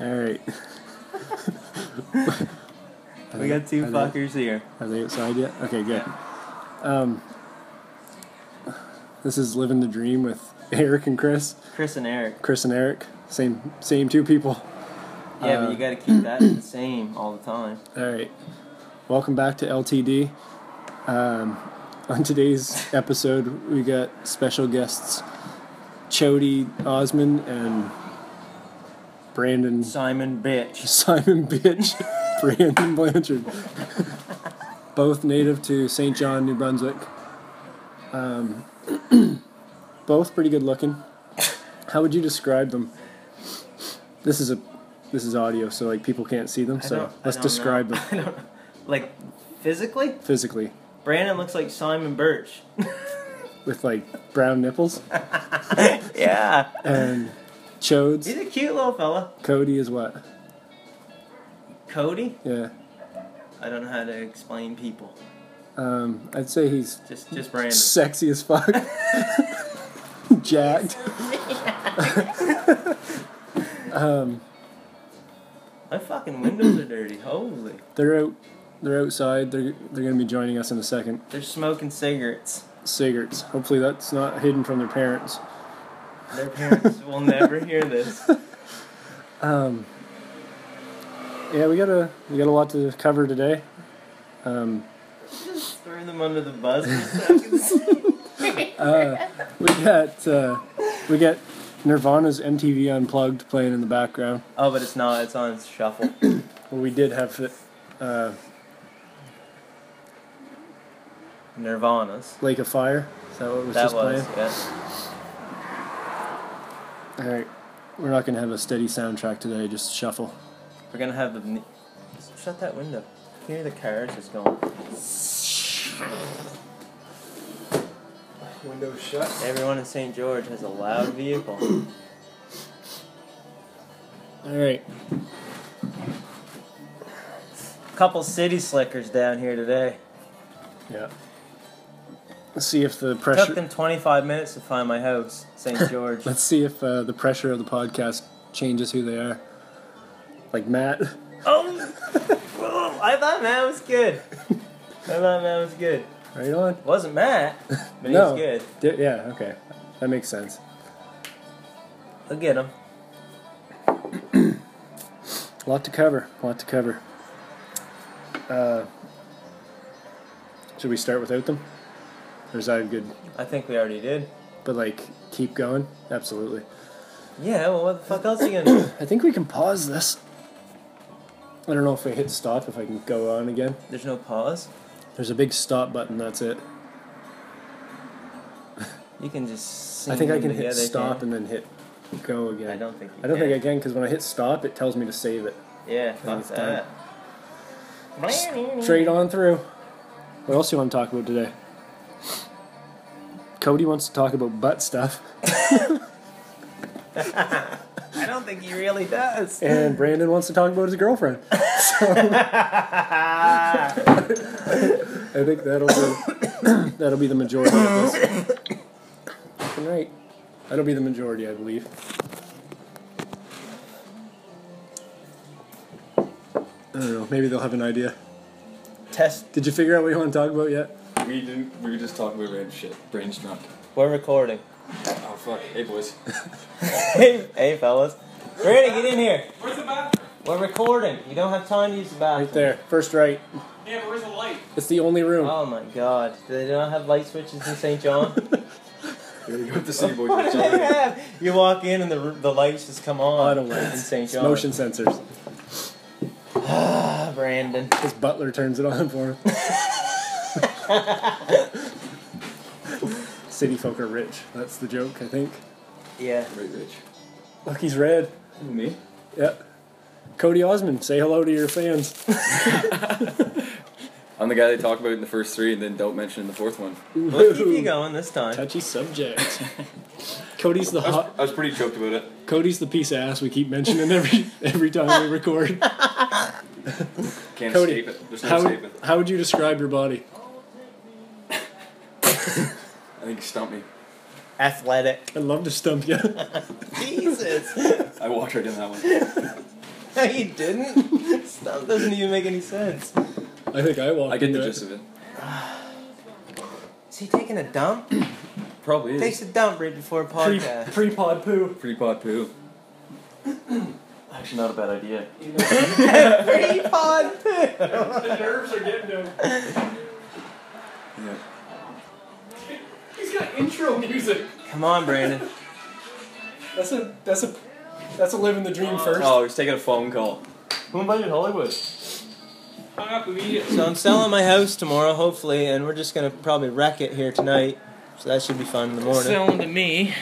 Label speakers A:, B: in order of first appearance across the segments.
A: All right.
B: We got two
A: I know.
B: fuckers here.
A: Are they outside yet? Okay, good. Um, this is living the dream with Eric and Chris.
B: Chris and Eric.
A: Chris and Eric, same same two people.
B: Yeah,
A: Uh,
B: but you got to keep that the same all the time.
A: All right. Welcome back to LTD. Um, on today's episode, we got special guests Chody Osman and Brandon
B: Simon, bitch.
A: Simon Bitch, Brandon Blanchard. both native to St. John, New Brunswick. Um, both pretty good looking. How would you describe them? This is a this is audio, so like people can't see them.
B: I
A: So
B: don't- I
A: let's
B: don't
A: describe
B: know.
A: them
B: I don't know. Like physically,
A: physically
B: Brandon looks like Simon Birch.
A: with like brown nipples
B: yeah,
A: and chodes.
B: he's a cute little fella.
A: Cody is what?
B: Cody.
A: Yeah,
B: I don't know how to explain people.
A: um, I'd say he's
B: Just, just Brandon.
A: sexy as fuck, jacked.
B: My fucking windows are dirty. Holy.
A: They're out. They're outside. They're they're gonna be joining us in a second.
B: They're smoking cigarettes.
A: Cigarettes. Hopefully that's not hidden from their parents.
B: Their parents will never hear this.
A: Yeah, we got a we got a lot to cover today.
B: Just throw them under the bus for a second.
A: We got uh, we got Nirvana's MTV Unplugged playing in the background.
B: Oh, but it's not. It's on shuffle.
A: Well, we did have uh,
B: Nirvana's.
A: Lake of Fire. Is that what was
B: That
A: just
B: was, yes.
A: playing? All right, we're not gonna have a steady soundtrack today. Just shuffle.
B: We're gonna have the. ne- Shut that window. You hear the cars just going.
C: Windows shut.
B: Everyone in St. George has a loud vehicle.
A: All right.
B: Couple city slickers down here today.
A: Yeah. Let's see if the
B: Took
A: pressure.
B: them 25 minutes to find my house, St. George.
A: Let's see if uh, the pressure of the podcast changes who they are. Like Matt.
B: oh, oh, I thought Matt was good. I thought Matt was good.
A: Right on.
B: Wasn't Matt, but
A: No.
B: he's good.
A: D- yeah, okay. That makes sense.
B: Look at him.
A: A lot to cover. A lot to cover. Uh, should we start without them? Or is that a good.
B: I think we already did.
A: But, like, keep going? Absolutely.
B: Yeah, well, what the fuck else are you gonna do?
A: I think we can pause this. I don't know if I hit stop, if I can go on again.
B: There's no pause.
A: There's a big stop button, that's it.
B: You can just. Sing
A: I think I
B: them
A: can hit
B: together,
A: stop
B: can't
A: and then hit go again.
B: you? I don't think. You
A: I don't
B: can.
A: think I can because when I hit stop, it tells me to save it.
B: Yeah, fuck
A: it's
B: that.
A: Straight on through. What else do you want to talk about today? Cody wants to talk about butt stuff,
B: I don't think he really does.
A: and Brandon wants to talk about his girlfriend. So I think that'll be that'll be the majority of this. Fucking right. That'll be the majority, I believe. I don't know. Maybe they'll have an idea.
B: Test.
A: Did you figure out what you want to talk about yet?
C: We didn't. We were just talking about random shit. Brain's drunk.
B: We're recording.
C: Oh fuck. Hey boys.
B: hey, hey, fellas. Brady, get in here. Where's the bathroom? We're recording. You don't have time to use the bathroom.
A: Right there, first right.
D: Yeah, but where's the light?
A: It's the only room.
B: Oh my god. Do they not have light switches in St. John?
C: Here we go with the sea boys.
B: what do they
C: It's
B: have? You walk in and the, the lights just come on.
A: Auto lights.
B: In St.
A: It's
B: John.
A: motion sensors.
B: Ah, Brandon.
A: His butler turns it on for him. City folk are rich. That's the joke, I think.
B: Yeah.
C: all- Right, Rich.
A: Look, he's red.
C: Who, Me.
A: Yep. Cody Osmond, say hello to your fans.
C: I'm the guy they talk about in the first three, and then don't mention in the fourth one.
B: We'll keep you going this time.
A: Touchy subject. Cody's the
C: I was,
A: hot.
C: I was pretty choked about it.
A: Cody's the piece of ass we keep mentioning every every time we record.
C: Can't
A: Cody,
C: escape it. There's no
A: How,
C: escaping.
A: how would you describe your body?
C: I think you stumped me.
B: Athletic.
A: I'd love to stump you.
B: Jesus.
C: I walked right in that one.
B: no, you didn't. Stuff doesn't even make any sense.
A: I think I walked.
C: I get the
A: into it.
C: gist of it.
B: Is he taking a dump?
C: Probably
B: Takes
C: is.
B: a dump right before a
D: Pre
B: podcast.
D: pre pod poo.
C: Free pot poo.
B: Actually, not a bad idea.
D: You know,
B: Pre-pod poo.
D: the nerves are getting to him.
C: Yeah.
D: He's got intro music.
B: Come on, Brandon.
D: That's a that's a that's a living the dream first.
C: Oh, he's taking a phone call.
B: Who invited Hollywood?
D: Hung up immediately.
B: So I'm selling my house tomorrow, hopefully, and we're just gonna probably wreck it here tonight. So that should be fun in the morning.
E: Selling to me,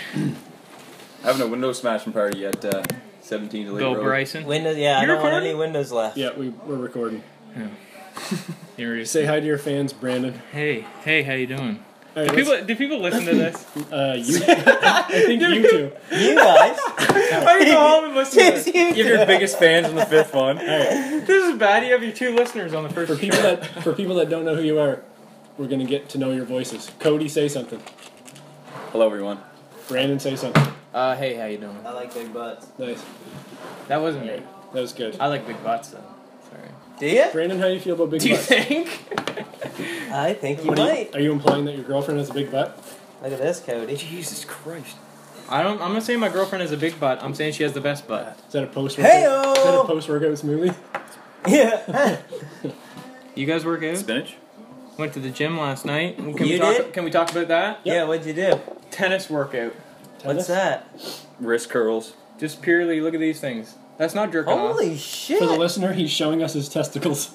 C: Having a window smashing party at uh, 17 to Lake
E: Bill
C: Road.
E: Bryson.
B: Windows, yeah, I
E: You're
B: don't want
E: recording?
B: any windows left.
A: Yeah, we we're recording.
E: Here he is.
A: Say hi to your fans, Brandon.
E: Hey, hey, how you doing?
A: All
E: Do
A: right,
E: people, do people listen to this?
A: let's- uh, you, I think you two.
B: You guys,
E: I can go home and listen to
B: Yes,
E: this.
B: you
C: You're your biggest fans on the fifth one.
A: All right,
E: This is bad. You have your two listeners on the first.
A: for people that for people that don't know who you are, we're gonna get to know your voices. Cody, say something.
C: Hello, everyone.
A: Brandon, say something.
E: Uh, hey, how you doing?
B: I like big butts.
A: Nice.
E: That wasn't me.
A: That was good.
E: I like big butts though. Sorry.
B: Do you?
A: Brandon, how do you feel about big
E: Do you
A: butts?
E: think?
B: I think you
A: What are, you,
B: might.
A: are you implying that your girlfriend has a big butt?
B: Look at this, Cody.
C: Jesus Christ.
E: I don't. I'm not saying my girlfriend has a big butt. I'm saying she has the best butt.
A: Is that a post?
B: Heyo!
A: Is that a post workout smoothie?
B: Yeah.
E: You guys work out?
C: Spinach?
E: Went to the gym last night. Can we
B: You
E: talk,
B: did?
E: Can we talk about that?
B: Yeah. What'd you do?
E: Tennis workout.
A: Tennis?
B: What's that?
C: Wrist curls.
E: Just purely look at these things. That's not jerking off.
B: Holy
A: For the
B: shit!
A: listener, he's showing us his testicles.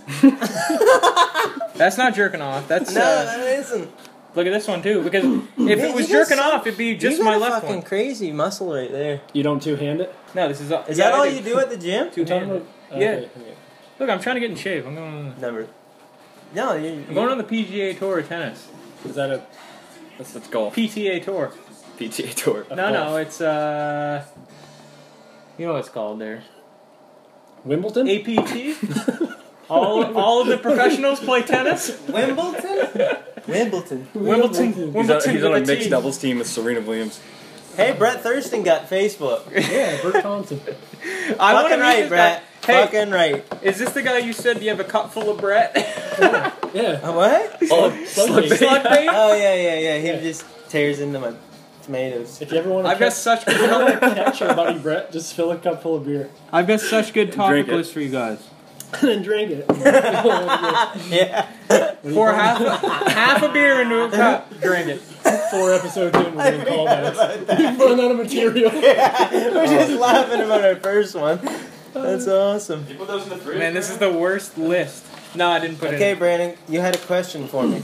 E: That's not jerking off. That's
B: No,
E: uh,
B: that isn't.
E: Look at this one too, because if
B: Man,
E: it was
B: you got
E: jerking
B: some-
E: off, it'd be just
B: you got
E: my
B: a
E: left
B: fucking
E: one.
B: crazy muscle right there.
A: You don't two hand it?
E: No, this is.
B: Is
E: yeah,
B: that
E: I
B: all
E: did
B: you do at the gym?
E: Two handed.
A: Okay, okay.
E: Look, I'm trying to get in shape. I'm going.
B: Number. No, you.
E: I'm going on the PGA Tour of tennis.
A: Is that a
C: That's, that's golf.
E: PTA Tour.
C: PTA tour.
E: No, no, it's uh. You know what it's called there?
A: Wimbledon?
E: APT. all all of the professionals play tennis.
B: Wimbledon. Wimbledon.
E: Wimbledon.
C: He's on,
E: Wimbledon.
C: he's on a
E: with a
C: mixed
E: T.
C: doubles team with Serena Williams.
B: Hey, Brett Thurston got Facebook.
A: Yeah, Bert Thompson.
E: I wanna
B: Fucking
E: meet
B: right,
E: this
B: Brett.
E: guy. Hey,
B: Fucking right.
E: is this the guy you said you have a cup full of Brett?
A: Yeah.
B: Uh, What?
C: Oh,
A: Slug bait.
E: Slug bait?
B: Oh yeah, yeah, yeah. He
A: Yeah.
B: just tears into my tomatoes.
A: If you ever want to
E: I've got
A: catch,
E: such good.
A: catch our buddy Brett, just fill a cup full of beer
E: I've got such good topic
C: Drink it.
E: lists for you guys.
A: and then drink it. Four
B: Yeah.
E: Pour half a, half a beer into a cup. Drink it.
A: episodes in, we're doing callbacks. We've run out of material.
B: We're
E: Oh.
B: just laughing about our first one. That's awesome.
C: You put those in the fridge?
E: Man, this is the worst list. No, I didn't put
B: Okay,
E: it. in.
B: Brandon, you had a question for me.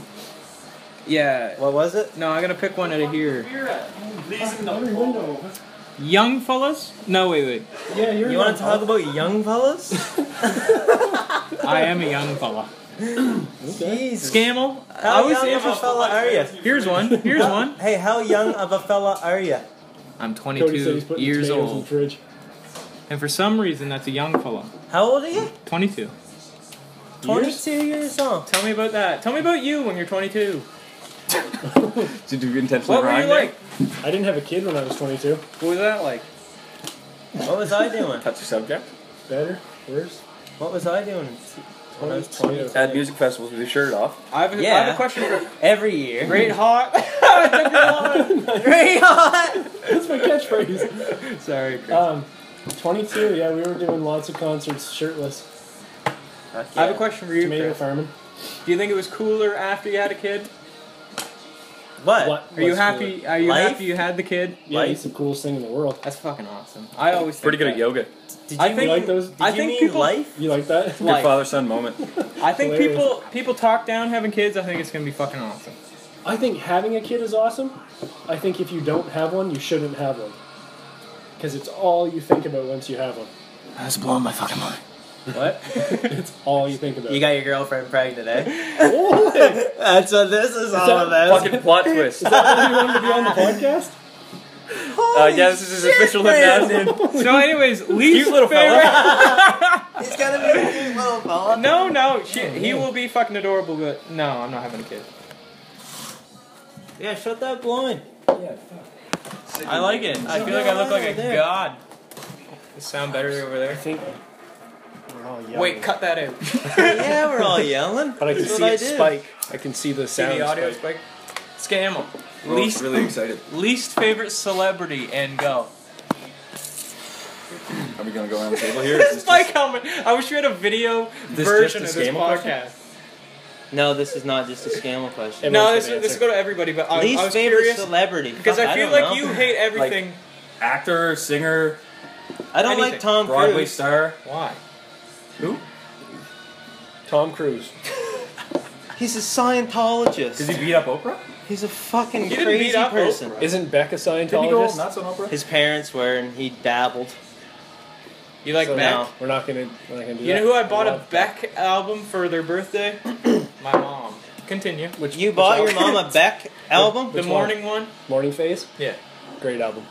E: Yeah.
B: What was it?
E: No, I'm gonna pick one out of here.
D: Beer at. These in the
A: Every
D: hole.
A: window.
E: Young fellas? No, wait, wait.
A: Yeah, you're
B: You
A: not-
B: want to talk about young fellas?
E: I am a young fella.
A: Okay.
B: Jesus.
E: Scammel? I
B: How
E: was
B: young of a
E: interested-
B: fella are you?
E: Here's one. Here's one.
B: Hey, how young of a fella are you?
E: I'm
A: Cody said he's
E: 22
A: putting
E: years
A: tomatoes in the
E: old,
A: fridge.
E: and for some reason, that's a young fella.
B: How old are you?
E: 22.
B: 22 years, old.
E: Tell me about that. Tell me about you when you're 22.
C: Did you intentionally
E: What were
C: rhyme
E: you
C: there?
E: like?
A: I didn't have a kid when I was 22.
E: What was that like?
B: What was I doing?
C: Touch the subject.
A: Better? Worse?
B: What was I doing when I was 22?
C: At music festivals with your shirt off.
E: I have a, I have
B: Yeah.
E: a question for
B: Every year.
E: Great Hawk.
B: Great hot.
A: That's my catchphrase.
E: Sorry, Chris.
A: Um, 22, yeah, we were doing lots of concerts shirtless.
E: I have a question for you.
A: Tomato
E: Chris.
A: farming.
E: Do you think it was cooler after you had a kid?
B: What?
A: What?
E: Are you
A: what's
E: happy? Are you
B: Life?
E: happy you had the kid?
A: cool? Yeah, it's the coolest thing in the world.
E: That's fucking awesome. I always think
C: Pretty good at
E: that.
C: yoga.
B: Did you
E: I
A: You
E: think-
B: mean,
A: like those?
B: did
E: I
B: you
E: think
B: mean
E: people-
B: life?
A: You like that?
C: Good
E: Like-
C: father son moment.
E: I think
A: Hilarious.
E: people people talk down having kids. I think it's gonna be fucking awesome.
A: I think having a kid is awesome. I think if you don't have one, you shouldn't have one. Because it's all you think about once you have one.
C: That's blowing my fucking mind.
E: What?
A: It's all you think about.
B: You got your girlfriend pregnant, eh?
A: Oh, hey,
B: That's what this is all
A: that
B: about.
C: Fucking plot twist. Uh,
A: you wanted to be on the podcast?
B: Holy
C: yeah, this is his
B: shit,
C: official
B: Brandon.
C: announcement.
E: so, anyways, least
C: Cute little fella.
E: favorite-
B: He's gonna be a cute little fella.
E: No, no, shit. He will be fucking adorable, but no, I'm not having a kid.
B: Yeah, shut that blind.
E: I like it. I feel like I look like a god. You sound better over there.
A: I think We're all yelling.
F: Wait, cut that out.
B: yeah, we're all yelling.
A: But I can
B: That's
A: see
B: what I
A: it
B: do.
A: spike. I can see the
F: See
A: sound.
F: the audio
A: spike.
F: spike. Scam 'em.
C: We're all
E: Least-
C: really excited.
E: Least favorite celebrity and go.
C: Are we gonna go around the table here? Is
E: This
C: this
E: bike helmet. I wish we had a video
C: This
E: version
C: just
E: of
C: a
E: this
C: scam question?
E: podcast.
B: No, this is not just a scam question.
A: Everyone's
E: No, this,
A: gonna
E: this
A: answer.
E: will go to everybody. But I,
B: Least
E: I was
B: favorite
E: curious
B: celebrity.
E: because
B: Fuck,
E: I feel
B: don't
E: like
B: know.
E: you hate everything.
C: actor, singer,
B: I don't like
E: anything.
B: Tom
C: Broadway
B: Cruise.
C: star.
E: Why?
C: Who?
A: Tom Cruise.
B: He's a Scientologist.
C: Does he beat up Oprah?
B: He's a fucking
E: He didn't
B: crazy
E: beat up
B: person.
A: Isn't Beck a
C: Did he go
A: Scientologist?
C: nuts on Oprah?
B: His parents were, and he dabbled.
E: You like
A: So
E: Beck?
B: no.
A: We're not gonna. We're not gonna do
E: You
A: that.
E: know who I bought a
A: love-
E: Beck album for their birthday? My mom. Continue.
A: Which
B: You
A: which
B: bought your
A: album?
B: mom a Beck album?
E: The
A: one?
E: morning one.
A: Morning Phase.
E: Yeah.
A: Great album.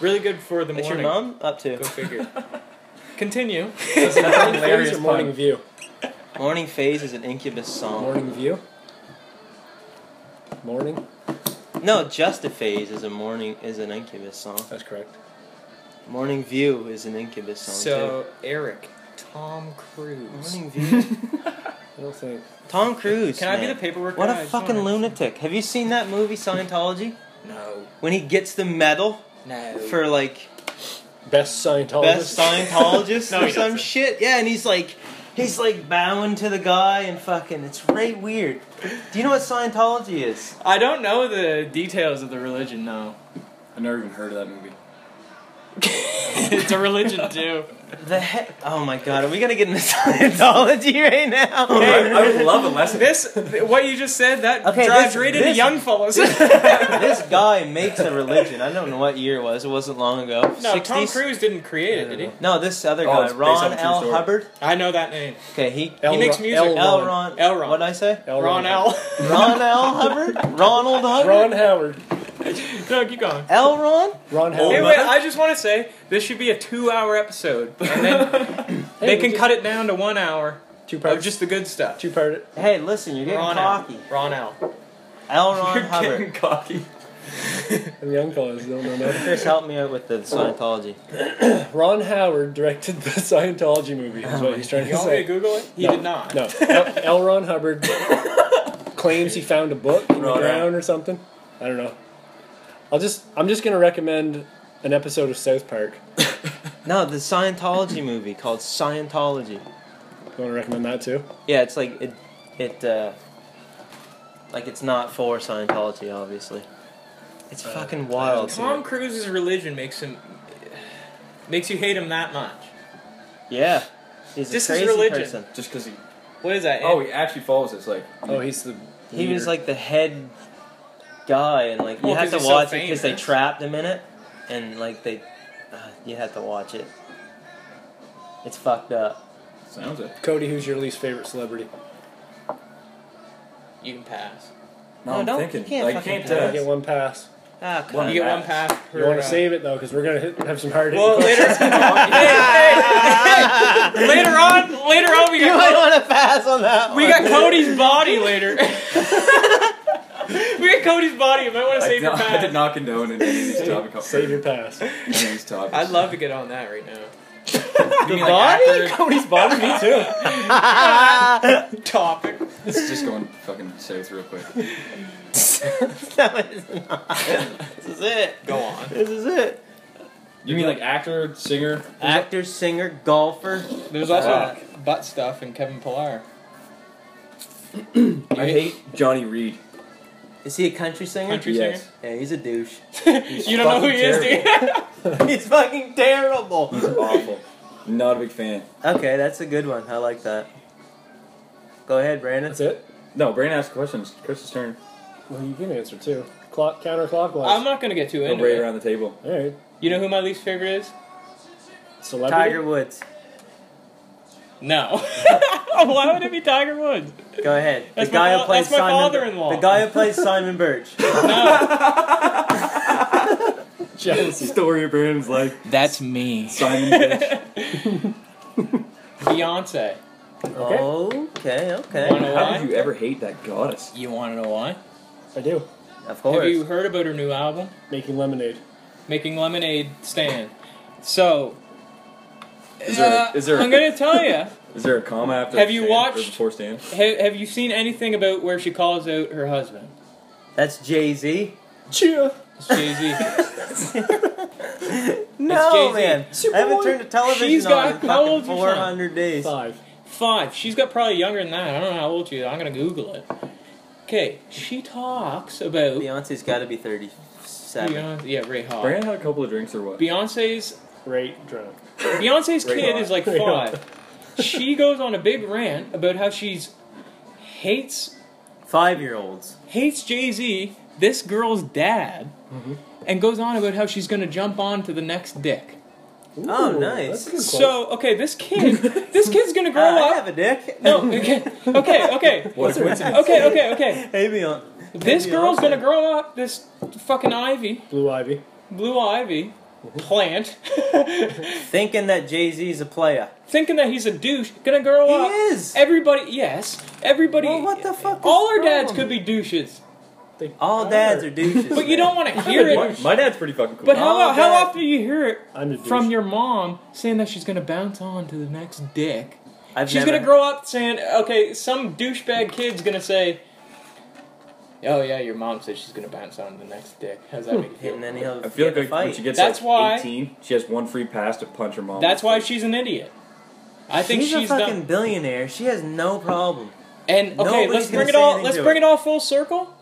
E: Really good for the
B: What's your
E: morning.
B: mom up to?
E: Go figure. Continue.
C: That's a hilarious
A: Phase or
C: pun.
A: Morning View.
B: Morning Phase is an Incubus song.
A: Morning View. Morning.
B: No, Just a Phase is a morning is an Incubus song.
A: That's correct.
B: Morning View is an Incubus song
E: So Eric, Tom
B: too.
E: Cruise.
B: Morning View.
A: I don't think.
B: Tom Cruise.
E: Can I be
B: man.
E: the paperwork?
B: What
E: guy? I
B: a
E: just
B: fucking
E: wanna-
B: lunatic! Have you seen that movie Scientology?
E: No.
B: When he gets the medal
E: No.
B: for like
A: Best Scientologist.
B: best Scientologist
E: No,
B: or
E: he
B: some
E: doesn't.
B: shit. Yeah, and he's like, he's like bowing to the guy and fucking. It's right weird. Do you know what Scientology is?
E: I don't know the details of the religion. No.
C: I never even heard of that movie.
E: it's a religion too.
B: The heck? Oh my god, are we gonna get into Scientology right now?
C: I, I would love a lesson.
E: This, what you just said, that
B: Okay,
E: drives
B: this-
E: right into
B: this-
E: young fellas.
B: this guy makes a religion. I don't know what year it was. It wasn't long ago.
E: no, Tom
B: 60s?
E: Cruise didn't create it, did he?
B: No, this other
C: Oh,
B: guy,
C: it's based on
B: Ron
C: a true
B: L.
C: story.
B: Hubbard.
E: I know that name.
B: Okay, he
A: L.
E: he makes
A: Ron-
E: music.
A: L.
B: L.
A: Ron.
B: Ron.
E: L. Ron.
B: What did I say?
A: L.
E: Ron L.
B: Ron L. Hubbard. Ronald Hubbard.
A: Ron Howard.
E: no, keep going.
B: L. Ron.
A: Ron Howard.
E: Hey,
B: Old
E: wait,
B: Mother?
E: I just want to say this should be a two-hour episode, and then
A: Hey,
E: they
A: we
E: can
A: just-
E: cut it down to one hour
A: two part.
E: of just the good stuff.
A: two part.
B: Hey, listen, you're getting
E: Ron L.
B: cocky.
E: Ron L.
B: L. Ron
C: You're
B: Hubbard.
C: getting cocky.
A: The young fellas don't know nothing.
B: Chris, help me out with the Scientology.
A: Ron Howard directed the Scientology movie. Is what he's trying
E: You
A: to
E: want me to
A: say.
E: Google it? He
A: No.
E: did not.
A: No, L. L. Ron Hubbard claims he found a book in the
C: Ron
A: ground or something. I don't know. I'll just. I'm just gonna recommend an episode of South Park.
B: No, the Scientology movie called Scientology.
A: You want to recommend that too?
B: Yeah, it's like it, it, uh, like it's not for Scientology, obviously.
E: Uh,
B: It's fucking wild.
E: Tom
B: dude.
E: Cruise's religion makes him makes you hate him that much.
B: Yeah, he's
E: This
B: a
E: is
B: crazy
E: religion.
B: person.
C: Just because he.
E: What is that?
C: Oh, he actually follows us. Like,
A: Oh, he's the.
B: He
A: leader.
B: was like the head guy, and like you
E: Well,
B: had
E: 'cause
B: to
E: he's so
B: watch it because they
E: famous.
B: trapped him in it, and like they, uh, you had to watch it. It's fucked up.
C: sounds it.
A: Cody. Who's your least favorite celebrity?
E: you can pass.
C: No,
B: No,
C: I'm
B: don't-
C: thinking.
B: you can't
C: like,
B: fucking
C: can't.
B: do
A: I
B: Yes.
A: get
C: Uh,
A: one pass.
B: Ah, come
C: Well,
B: on.
E: You get one pass. Per,
A: You want
E: uh,
A: to save it though, because we're gonna hit, have some hard.
E: Well, later. hey, hey, hey, later on, later on, we
B: You
E: got
B: might want to pass on that.
E: We
B: one.
E: got Cody's body later. we got Cody's body. You might want to
C: I,
E: save
C: did
E: your
C: not, I
E: pass.
C: did not condone any of these topics.
A: Save your pass.
C: Any of these topics.
E: I'd love to get on that right now.
B: the body.
A: Cody's body, me too.
E: Topic.
C: It's just going fucking south real quick.
B: No, it's not. This is it.
E: Go on.
B: This is it.
C: You mean like actor, singer?
B: Actor, singer, golfer.
E: There's also
C: Uh,
E: butt stuff and Kevin Pillar.
C: I hate Johnny Reed.
B: Is he a country singer?
E: Country
C: Yes.
B: Yeah, he's a douche.
E: singer. you don't know who he is, do you?
B: he's fucking terrible.
C: He's awful. Not a big fan.
B: Okay, that's a good one. I like that. Go ahead, Brandon.
A: That's it.
C: No, Brain asked questions. Chris's turn.
A: Well, you can answer too. Clock counterclockwise.
E: I'm not gonna get too
C: Go
E: into
C: right
E: it.
C: around the table.
A: All right.
E: You know who my least favorite is?
A: Celebrity.
B: Tiger Woods.
E: No. Why would it be Tiger Woods?
B: Go ahead.
E: That's
B: the
E: my
B: guy
E: fa-
B: who plays
E: that's my
B: Simon.
E: father-in-law.
B: The guy who plays Simon Birch.
A: Jealousy.
C: Story of Brandon's life.
E: That's me.
C: Simon Fish.
E: Beyonce.
B: Okay, okay.
E: Wanna-
C: How did you ever hate that goddess?
E: You wanna know why?
A: I do.
B: Of
E: Have
B: course.
E: you heard about her new album?
A: Making lemonade.
E: Making Lemonade Stand. So,
C: Is there a-
E: Uh,
C: is there a-
E: I'm gonna tell you.
C: Is there a comma after?
E: Have you
C: stand,
E: watched-
C: Or before stand?
E: Have, have you seen anything about where she calls out her husband?
B: That's Jay Z.
A: Cheer.
E: It's Jay Z.
B: No
E: Jay-Z.
B: man, I haven't turned the television
E: She's
B: on
E: got-
B: in
E: how old is your
B: four
E: son?
B: hundred days.
A: Five.
E: Five. She's got probably younger than that. I don't know how old she is. I'm gonna Google it. Okay, she talks about
B: Beyonce's got to be thirty-seven.
E: Beyonce. Yeah, Ray Hawk.
C: Brandon had a couple of drinks or what?
E: Beyonce's
A: Right drunk.
E: Beyonce's
C: Ray
E: kid
C: Hawk.
E: is like
A: Ray Hawk.
E: five. She goes on a big rant about how she's hates
B: Five-year-olds.
E: hates Jay Z, this girl's dad,
B: Mm-hmm.
E: and goes on about how she's gonna jump on to the next dick.
B: Oh,
A: Ooh,
B: nice.
A: That's a good quote.
E: So okay, this kid, this kid's gonna
B: Uh,
E: grow
B: I
E: up.
B: have a dick.
E: No, okay, okay, okay,
C: What a coincidence.
E: okay, okay, okay.
B: Hey Beyonce.
E: This
B: Beyonce.
E: girl's gonna grow up. This fucking Ivy,
A: Blue Ivy.
E: Blue Ivy,
B: Mm-hmm.
E: plant,
B: Thinking that Jay Z's a player.
E: thinking that he's a douche, gonna grow
B: He
E: up.
B: is.
E: Everybody, yes, everybody.
B: Well, what the fuck? is
E: All our
B: wrong?
E: dads could be douches,
A: They
B: All dads are douches.
E: but you don't want to hear
C: my,
E: it.
C: my dad's pretty fucking cool.
E: But how,
B: All
E: how
B: dads-
E: often do you hear it
A: Oh, I'm a douche.
E: from your mom saying that she's gonna bounce on to the next dick?
B: I've
E: She's
B: never-
E: gonna grow up saying, okay, some douchebag kid's gonna say, oh yeah, your mom said she's gonna bounce on the next dick. How's that make you
B: And
E: feel?
B: then he'll
C: I feel
B: get in
C: like
B: a
C: when she
B: fight.
C: gets
E: That's
C: like,
E: why-
C: 18, she has one free pass to punch her mom.
E: That's why she's an idiot. I think
B: she's,
E: she's,
B: a fucking
E: done.
B: billionaire. She has no problem.
E: And okay,
B: nobody's
E: let's
B: gonna
E: bring it
B: say
E: all.
B: anything
E: Let's
B: to
E: bring
B: it.
E: it all full circle.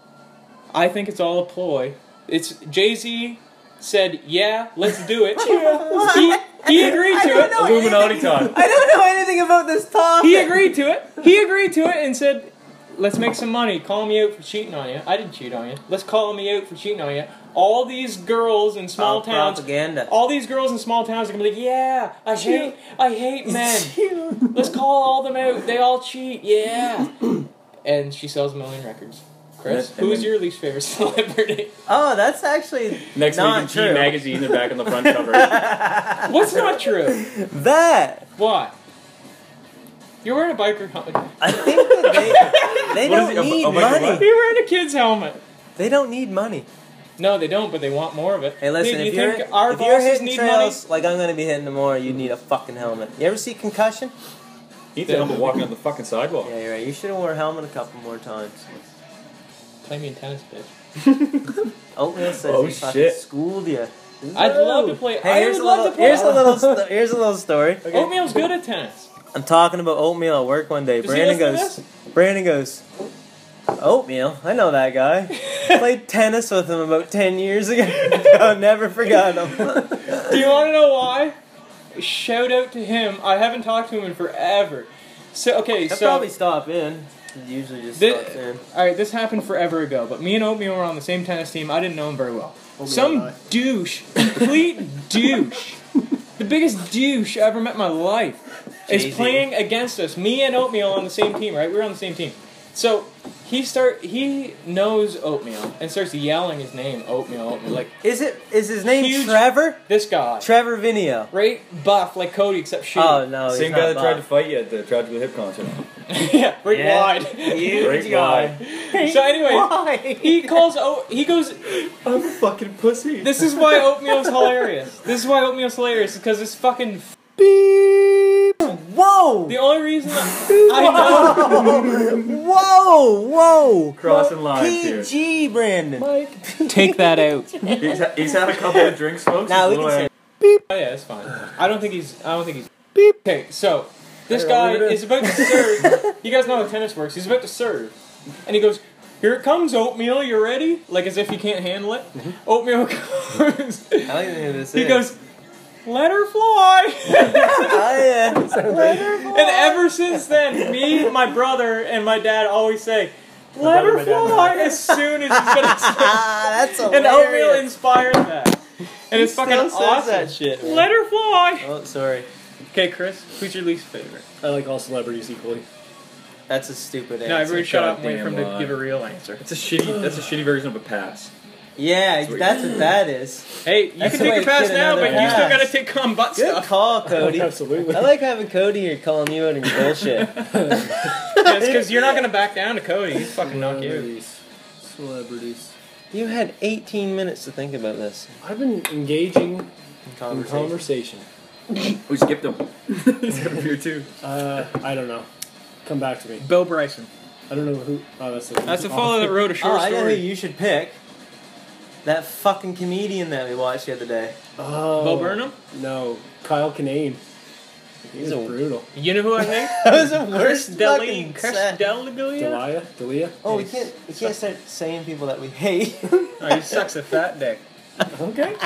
E: I think it's all a ploy. It's Jay Z said, "Yeah, let's do it." he, he agreed to
B: don't
E: it.
B: know
C: Illuminati
B: anything-
C: time.
B: I don't know anything about this topic.
E: He agreed to it. He agreed to it and said, "Let's make some money. Call me out for cheating on you. I didn't cheat on you. Let's call me out for cheating on you." All these girls in small
B: All
E: towns,
B: propaganda.
E: all these girls in small towns are gonna be like, "Yeah, I hate, I hate men. Let's call all them out. They all cheat. Yeah." and she sells a million records. Chris,
C: And- and
E: who is
C: then-
E: your least favorite celebrity?
B: Oh, that's actually
C: Next
B: not
C: week in G
B: true.
C: magazine, they're back on the front cover.
E: What's not true?
B: That
E: Why? You're wearing a biker helmet.
B: I think that they, they
C: What is
B: don't
C: it, Oh a-
B: need
C: a bunch of
B: money.
C: what?
E: You're wearing a kid's helmet.
B: They don't need money.
E: No, they don't, but they want more of it.
B: Hey, listen,
E: Dude,
B: if
E: you
B: you're,
E: think our
B: if you're
E: bosses
B: hitting
E: need
B: trails like I'm gonna be hitting tomorrow, you need a fucking helmet. You ever see concussion?
C: He's the helmet walking on the fucking sidewalk.
B: Yeah, you're right. You should have worn a helmet a couple more times.
E: money? Play me in tennis, bitch.
B: Oatmeal says
C: Oh,
B: he fucking
C: shit.
B: schooled you.
E: I'd love to play.
B: Hey,
E: I
B: here's
E: would
B: a
E: love
B: little,
E: to play.
B: here's a little, sto- here's a little story.
E: Oatmeal's good at tennis.
B: I'm talking about oatmeal at work one day.
E: Does he
B: Brandon
E: listen to
B: goes, Brandon goes, oatmeal. I know that guy. Played tennis with him about ten years ago. I've never forgot him.
E: Do you want to know why? Shout out to him. I haven't talked to him in forever. So okay,
B: He'll
E: so
B: probably stop in. He usually just
E: Thi-
B: stops in.
E: all right, this happened forever ago. But me and Oatmeal were on the same tennis team. I didn't know him very well. Some
A: and I.
E: douche, complete douche, the biggest douche I ever met in my life,
B: Jay-Z.
E: is playing against us. Me and Oatmeal on the same team, right? We were on the same team. So he start he knows Oatmeal and starts yelling his name, Oatmeal, Oatmeal, like
B: Is it? Is his name
E: Huge-
B: Trevor?
E: this guy,
B: Trevor Vinio.
E: right? Buff like Cody, except shooting.
B: Oh no, he's
C: Same
B: not
C: guy that tried to
B: Bob.
C: fight you at the Tragically Hip concert.
E: yeah, right
B: Yeah.
E: wide.
C: Great guy.
E: so anyway,
B: Why?
E: he calls. Oh, he goes.
C: I'm a fucking pussy.
E: This is why oatmeal's hilarious. This is why oatmeal's hilarious because it's fucking. F-
B: Whoa!
E: the only reason I, I know
B: Whoa! Whoa!
C: Crossing lines here.
B: PG, Brandon.
E: Mike, take that out.
C: He's, ha- he's had a couple of drinks, folks.
B: Now we
C: He's a
B: can
C: little
B: say
E: Oh yeah, it's fine. I don't think he's. I don't think he's. Beep. Okay, so this guy is about to serve. you guys know how tennis works. He's about to serve, and he goes, "Here it comes, oatmeal. You ready?" Like as if he can't handle it.
B: Mm-hmm.
E: Oatmeal comes.
B: I don't even know who this
E: he
B: is.
E: goes, "Let her fly."
B: Oh yeah.
E: And ever since then, me, my brother, and my dad always say, "Let her fly" as soon as he's gonna. Start.
B: ah, that's
E: And oatmeal
B: hilarious.
E: inspired that, and it's fucking
B: Still says
E: awesome.
B: that shit. man.
E: Let her fly.
B: Oh, sorry.
E: Okay, Chris, who's your least favorite?
A: I like all celebrities equally.
B: That's a stupid answer.
E: No, everybody shut up and wait
C: goddamn
E: for him to
C: lie.
E: give a real answer.
C: It's a shitty. That's a shitty version of a pass.
B: Yeah, that's what that is.
E: Hey, you
B: That's the
E: can take
B: way
E: a
B: to
E: pass
B: get
E: now,
B: another
E: but you still
B: pass.
E: gotta take cum butt
B: Good
E: stuff.
B: call, Cody. I
A: Absolutely.
B: like having Cody here calling you out on your bullshit.
E: Because you're not gonna back down to Cody. He's fucking knock you.
A: Celebrities. Celebrities.
B: you had 18 minutes to think about this.
A: I've been engaging in
B: Conversation.
A: conversation.
C: We skipped him. Beer two.
A: Uh, I don't know. Come back to me.
E: Bill Bryson.
A: I don't know who. Oh, that's the.
E: That's a fellow that wrote a
B: Oh,
E: short
B: I know who
E: story.
B: you should pick. That fucking comedian that we watched the other day.
A: Oh,
E: Bo Burnham.
A: No, Kyle Kinane. He's
B: a-
A: brutal.
E: You know who I think?
B: That was the
E: Chris
B: worst
E: Deli.
B: fucking
E: Chris
B: set.
E: Delia.
A: Delia. Delia.
B: Oh, we can't. We can't start saying people that we hate.
E: Oh, he sucks a fat dick.
A: Okay.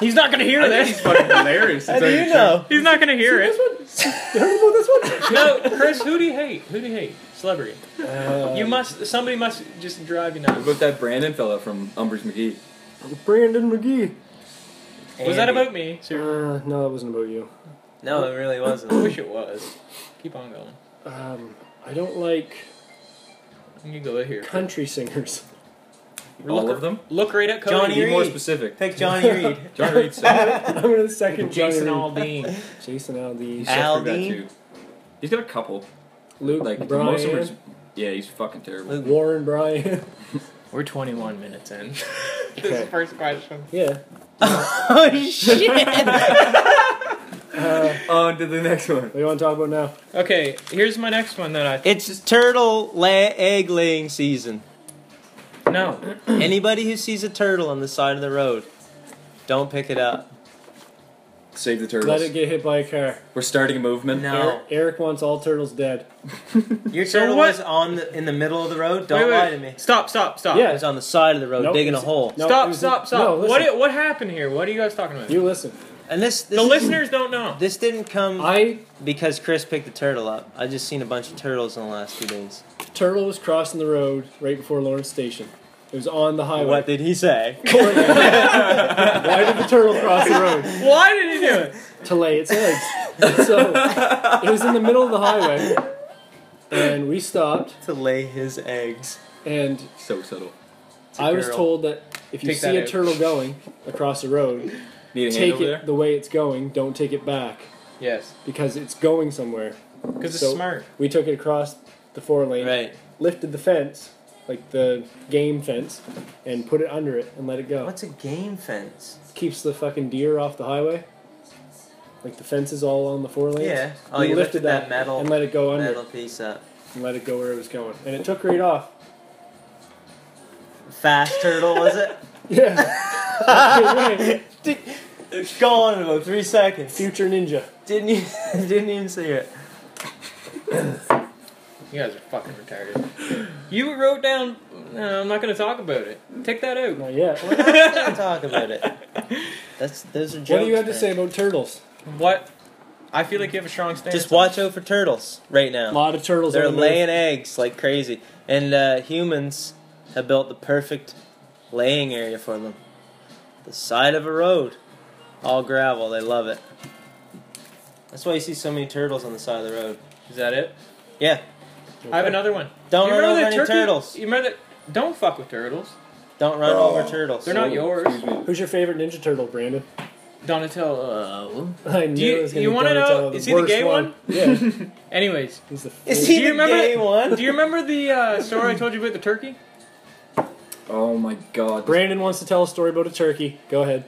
E: He's not gonna hear
C: I think he's
E: this.
C: fucking hilarious. to
B: How
C: tell
B: do
C: you
B: you
C: the
B: know?
E: He's not gonna hear it.
A: You heard about this one?
E: No, Chris. Who do you hate? Who do you hate? Celebrity.
A: Uh,
E: You must. Somebody must just drive you
C: truth.
E: nuts.
C: What about that Brandon fella from Umbridge McGee?
A: Brandon McGee.
E: Was that
B: Andy.
E: about me? Sir?
A: Uh, no, that wasn't about you.
B: No, it really
E: I
B: wasn't.
E: wish it was. Keep on going.
A: Um, I don't like
E: You can go here.
A: country singers.
C: All of them?
E: Look right at Cody.
B: Johnny
C: Be more
B: Reed.
C: specific.
B: Pick Johnny Reed.
C: John Reed said
A: I'm gonna the second
E: Jason
A: Johnny-
E: Aldean.
A: Jason Aldean.
B: Al- Aldean?
C: He's got a couple.
A: Luke
C: Like
A: Bryan.
C: most of hthem. are- Yeah, he's fucking terrible.
B: Luke-
A: Warren Bryan.
E: We're 21 minutes in. this is
A: Okay.
E: the first question.
A: yeah.
B: oh shit!
A: Uh,
C: On to the next one.
A: what do you want to talk about now?
E: Okay, here's my next one that I.
B: it's turtle la- egg laying season.
E: no.
B: Anybody who sees a turtle on the side of the road, don't pick it up.
C: Save the turtles.
A: Let it get hit by a car.
C: We're starting a movement.
B: No.
A: Eric, Eric wants all turtles dead.
B: Your
E: So
B: turtle
E: what-
B: was on the in the middle of the road. Don't
E: Wait, wait,
B: lie to me.
E: Stop, stop, stop.
B: It
A: Yeah.
B: was on the side of the road
A: Nope,
B: digging a
A: it's-
B: hole.
A: No, it
E: stop,
A: was-
E: stop, stop.
A: no,
E: What
A: listen.
E: what what happened here? What are you guys talking about?
A: You listen.
B: And this, this
E: the
B: is-
E: listeners don't know.
B: this didn't come
A: I
B: because Chris picked the turtle up. I just seen a bunch of turtles in the last few days.
A: turtle was crossing the road right before Lawrence Station. It was on the highway.
B: What did he say?
A: Why did the turtle cross the road?
E: Why did he do it?
A: To lay its eggs. So it was in the middle of the highway, and we stopped.
B: to lay his eggs.
A: And
C: So subtle.
B: a
A: I was
B: girl.
A: told that if you
E: Take
A: see
E: that
A: a
E: out.
A: turtle going across the road,
C: Need a hand
A: take
C: over
A: it
C: there?
A: the way it's going. Don't take it back
E: Yes,
A: because it's going somewhere.
E: because it's
A: So-
E: smart.
A: We took it across the four lane,
B: Right.
A: lifted the fence, like the game fence, and put it under it and let it go.
B: What's a game fence?
A: Keeps the fucking deer off the highway. Like the fence is all on the four lanes.
B: Yeah. Oh,
A: We
B: you lifted that metal-
A: and let it go under
B: Metal piece up.
A: and let it go where it was going, and it took right off.
B: Fast turtle was it?
A: Yeah. Okay, right.
B: It's gone in about three seconds.
A: Future ninja.
B: Didn't you? Didn't even see it.
E: You guys are fucking retarded. You wrote down. No, I'm not going to talk about it. Take that out.
A: Not yet.
B: We're not gonna talk about it. That's those are jokes.
A: What do you have to
B: man.
A: say about turtles?
E: What? I feel like you have a strong stance.
B: Just watch out for turtles right
A: A
B: now.
A: lot of turtles.
B: They're
A: on the
B: laying eggs like crazy, and uh, humans have built the perfect laying area for them. The side of a road, all gravel. They love it. That's why you see so many turtles on the side of the road.
E: Is that it?
B: Yeah,
A: moon.
E: I have another one.
B: don't
E: you
B: run
E: remember
B: over
E: the
B: any
E: turkey-
B: turtles.
E: You remember that? Don't fuck with turtles.
B: Don't run
C: Oh.
B: over turtles.
E: They're not yours.
C: Excuse me.
A: Who's your favorite Ninja Turtle, Brandon?
E: Donatello.
A: I knew
E: Do you-
A: it was gonna
E: you
A: be
E: wanna know-
A: Donatello, the
E: is he the
A: worst
E: gay one?
A: Yeah,
E: Anyways,
A: he's the.
B: Is
E: Do
B: he
E: you
B: the
E: remember
B: gay one?
E: do you remember the uh, story I told you about the turkey?
C: Oh my god.
A: Brandon wants to tell a story about a turkey. Go ahead.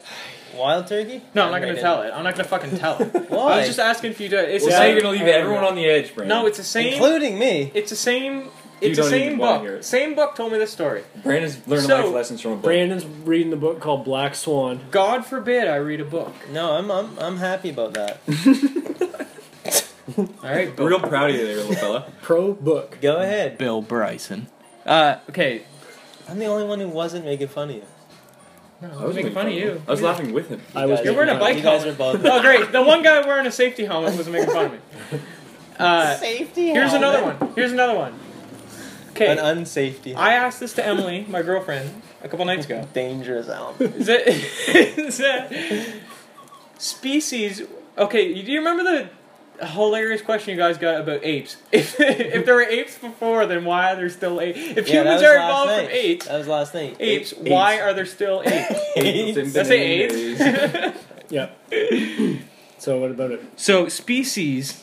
B: Wild turkey?
E: No, I'm not gonna tell it. I'm not gonna fucking tell it. I
B: Why?
E: was just asking for you to. It's
C: Well,
E: the
C: now
E: same.
C: you're gonna leave everyone on the edge, Brandon.
E: no, it's the same.
B: Including me.
E: it's the same.
C: You
E: It's the
C: don't even
E: same
C: wanna
E: book.
C: hear it.
E: Same book told me this story.
C: Brandon's learning
E: So-
C: life lessons from a book.
A: Brandon's reading the book called Black Swan.
E: God forbid I read a book.
B: No, I'm, I'm I'm happy about that.
E: All right,
C: We're real proud of you there, little fella.
A: Pro book.
B: Go ahead.
E: Bill Bryson. Uh, okay.
B: I'm the only one who wasn't making fun of you.
E: No, I was making fun of you.
C: I was laughing with him.
A: I was.
B: guys
E: You're
B: are
E: wearing a
B: both-
E: bike
B: You guys are
E: helmet.
B: both.
E: Oh, great. The one guy wearing a safety helmet was making fun of me. Uh,
B: Safety.
E: here's another
B: helmet.
E: one. Here's another one.
B: An
E: Okay.
B: unsafety.
E: I asked this to Emily, my girlfriend, a couple nights ago.
B: dangerous helmet.
E: Is that, is that species? Okay, do you remember the hilarious question you guys got about apes? If, if there were apes before, then why are there still apes? If
B: Yeah, that was
E: humans are
B: last
E: evolved from
B: night.
E: apes,
B: That was last night.
E: apes,
B: Apes.
E: why are there still apes?
B: Apes.
E: Did I say
C: Bananas.
E: apes?
A: Yeah. So what about it?
E: so species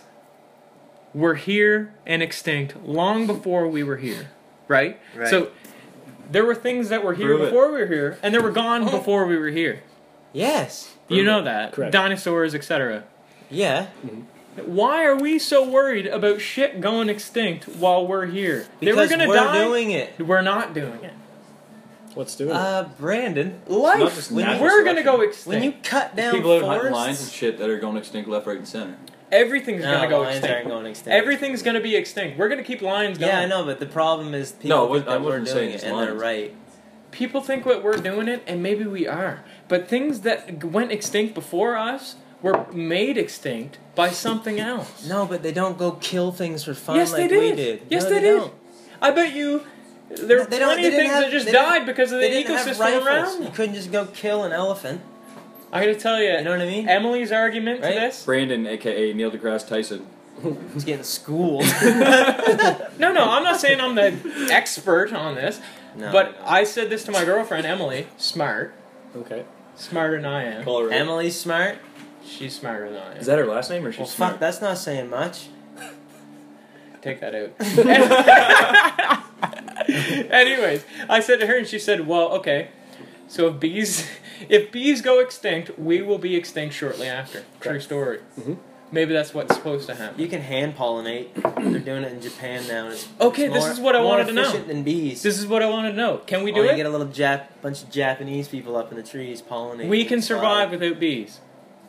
E: were here and extinct long before we were here, right?
B: Right.
E: So there were things that were here
C: Prove it.
E: before we were here, and they were gone before we were here.
B: Yes.
E: You know that.
A: Correct.
E: Dinosaurs, etc.
B: Yeah.
E: Why are we so worried about shit going extinct while we're here?
B: Because
E: they were gonna
B: are
E: die.
B: doing it.
E: we're not doing it.
A: What's doing?
B: Uh, Brandon,
C: not
E: Life.
C: just
E: When
C: natural
E: we're gonna
C: selection.
E: go extinct.
B: when you cut down
C: People out hunting
B: forests,
C: lines and shit that are going extinct left, right, and center.
E: everything's
B: no,
E: gonna go
B: lions aren't
E: extinct.
B: going extinct.
E: Everything's gonna be extinct. We're gonna keep lions going.
B: yeah, I know, but the problem is people
C: No,
B: think that
C: I wouldn't- I
B: we're
C: wouldn't say
B: doing
C: it's
B: it, and they're
C: lions.
B: right.
E: People think that we're doing it, and maybe we are. But things that g- went extinct before us were made extinct by something else.
B: No, but they don't go kill things for fun
E: Yes,
B: like
E: they
B: we
E: did.
B: did.
E: Yes,
B: No,
E: they
B: they
E: did.
B: don't.
E: I bet you there
B: No,
E: are
B: they don't-
E: plenty
B: they
E: of
B: didn't
E: things
B: have-
E: that just
B: they didn't-
E: died because of the
B: They didn't have
E: ecosystem
B: rifles.
E: around.
B: You
E: them.
B: couldn't just go kill an elephant.
E: I gotta tell you,
B: You know what I mean?
E: Emily's argument
B: Right?
E: to this.
C: Brandon, aka Neil deGrasse Tyson.
B: It's getting schooled.
E: No, no, I'm not saying I'm the expert on this,
B: No,
E: but
B: no.
E: I said this to my girlfriend Emily. Smart,
A: okay.
E: smarter than I am.
C: Colorado.
B: Emily's smart.
E: She's smarter than I am.
C: Is that her last name or she's
B: Well,
C: smart?
B: fuck, that's not saying much.
E: Take that out. Anyways, I said to her, and she said, "Well, okay. So if bees, if bees go extinct, we will be extinct shortly after. True story.
A: Mhm.
E: Maybe that's what's supposed to happen.
B: You can hand pollinate. They're doing it in Japan now. And it's,
E: Okay,
B: it's
E: this
B: more-
E: is what I
B: more
E: wanted to know.
B: efficient Than bees.
E: This is what I want to know. Can we do
B: or Oh, you
E: it?
B: get a little Jap- bunch of Japanese people up in the trees pollinating.
E: we can
B: It's fine.
E: survive without bees,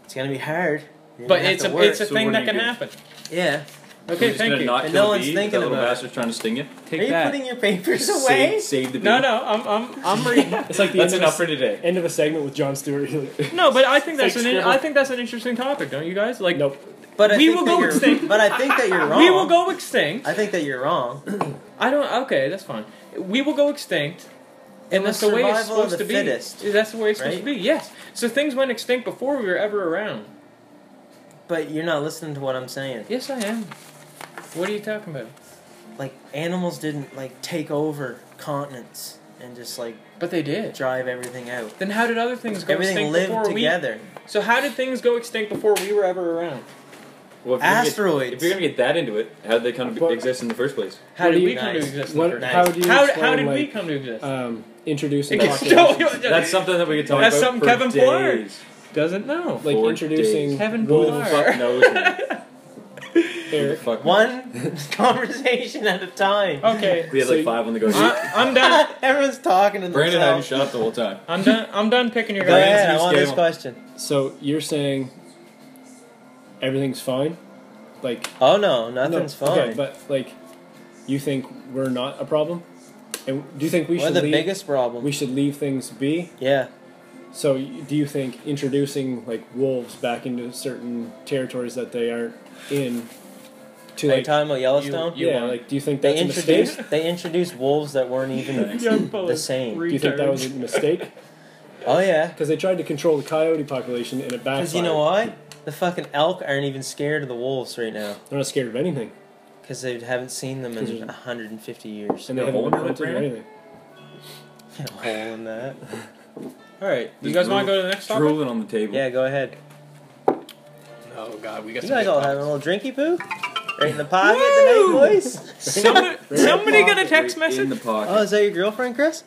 B: It's gonna be hard. You're
E: but
B: gonna have
E: it's
B: to
E: a
B: work.
E: it's a
C: so
E: thing
C: what
E: that
C: do
E: can
C: you do?
E: happen.
B: yeah.
E: Okay,
C: You're just
E: thank
C: gonna
E: you.
C: Not
B: And
C: kill
B: no
C: the
B: one's
C: bee,
B: thinking
C: that little
B: about it.
C: bastard's trying to sting you.
E: Take
B: Are you
E: that.
B: putting your papers away?
C: Save, save the bee.
E: no, no, I'm I'm I'm reading.
A: It's like the
C: That's
A: end of,
C: enough
A: a,
C: for today.
A: end of a segment with John Stewart.
E: No, but I think
A: It's
E: that's
A: like
E: an in-
A: scribble.
E: I think that's an interesting topic, don't you guys? Like,
A: nope.
B: But I
E: We
B: think
E: will
B: that
E: go
B: you're-
E: extinct.
B: But I think that you're wrong.
E: we will go extinct.
B: I think that you're wrong.
E: I don't. Okay, that's fine. We will go extinct, and
B: was
E: that's the way
B: survival
E: it's
B: of
E: supposed
B: the
E: to be.
B: fittest,
E: that's the way it's supposed
B: right?
E: to be. Yes. So things went extinct before we were ever around.
B: But you're not listening to what I'm saying.
E: Yes, I am. What are you talking about?
B: Like animals didn't like take over continents and just like
E: But they did.
B: drive everything out.
E: Then how did other things go
B: Everything
E: extinct
B: lived
E: before
B: together.
E: we? So how did things go extinct before we were ever around?
C: Well, if you're gonna get-
B: Asteroids.
C: if you're gonna get that into it, how did they come to
A: But-
C: exist in the first place?
E: How
A: What
E: did
A: do
E: we
A: you-
E: come to
B: Nice.
E: exist? in the
A: What,
E: first
A: How do you
E: How,
A: explain,
E: how did we
A: like,
E: come to exist?
A: um, introducing
E: It's
A: population-
E: still-
C: That's something that we could talk
E: That's
C: about.
E: something
C: for
E: Kevin Pillar-
C: days.
E: Doesn't know.
A: like
C: Four
A: introducing
C: days.
E: Kevin
A: wolves,
E: Pillar.
C: Fuck knows. man. Who the
A: Eric,
C: fuck knows?
B: One conversation at a time.
E: Okay.
C: We had
A: So-
C: like five on the go.
E: I, I'm done.
B: Everyone's talking to
C: Brandon had him
B: themselves.
C: shut up the whole time.
E: I'm done. I'm done picking your
B: Go
E: guys.
B: ahead. I
C: Brandon's
B: want
C: new
B: this
C: scale.
B: question.
A: so you're saying everything's fine? Like
B: Oh no,
A: no,
B: nothing's fine.
A: Okay, but like, you think we're not a problem? And do you think we
B: We're
A: should
B: the
A: leave,
B: biggest problem.
A: we should leave things be?
B: yeah.
A: So y- do you think introducing like wolves back into certain territories that they aren't in to
B: Are you
A: like
B: talking about Yellowstone?
E: you
A: yeah,
E: want-
A: like do you think
B: they
A: that's a
B: introduced
A: mistake?
B: they introduced wolves that weren't even.
E: Young fellas,
B: same.
A: Do you think that was a mistake?
B: Oh yeah.
A: Because they tried to control the coyote population and it backfired.
B: Because you know what? The fucking elk aren't even scared of the wolves right now.
A: They're not scared of anything,
B: Because they haven't seen them in
A: Mhm.
B: 150 years.
A: and they
C: Yeah,
A: haven't
C: hole
A: been
C: in it,
A: hunted or
C: Brandon?
A: anything.
B: Hole in that.
E: All right. You guys want to go to the next topic?
C: Drooling on the table.
B: Yeah, go ahead.
E: Oh God, we got
B: You guys all having a little drinky poo? Right in the pocket tonight,
E: Woo!
B: boys?
E: Somebody, somebody got a text
C: Right In
E: message.
C: the pocket.
B: Oh, is that your girlfriend, Chris?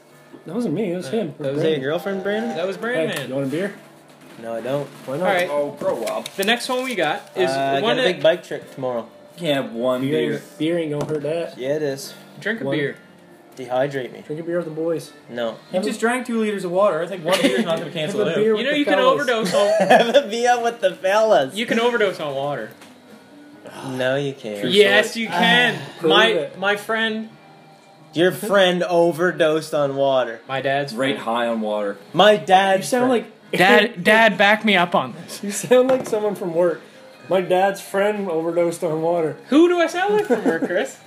A: That wasn't me. It was him.
E: That
B: Was that your girlfriend, Brandon?
E: That was
A: Hey,
E: Brandon.
A: you want a beer?
B: No, I don't.
A: Why not?
E: All right.
C: Oh, grow up.
E: The next one we got
B: Uh,
E: is
B: I
E: one
B: got a
E: that
B: big bike trip tomorrow.
C: Can't have one
A: Beer,
C: beer.
A: ain't- beer. ain't gonna hurt that.
B: Yeah, it is.
E: drink a
A: one-
E: beer.
B: Dehydrate me.
A: Drink a beer with the boys.
B: No.
C: You just drank two liters of water. I think one beer's not gonna cancel
A: Have a
C: it
A: beer
C: out.
A: with
E: You know
A: the
E: you can
A: fellas.
E: overdose on
B: Have a be up with the fellas.
E: you can overdose on water.
B: no, you can't.
E: Yes, you can.
A: prove
E: my
A: it.
E: my friend,
B: Your friend overdosed on water.
E: my dad's
C: Right high on water.
B: My dad.
A: You sound like
E: Dad, dad, back me up on this.
A: you sound like someone from work. My dad's friend overdosed on water.
E: Who do I sound like from work, Chris?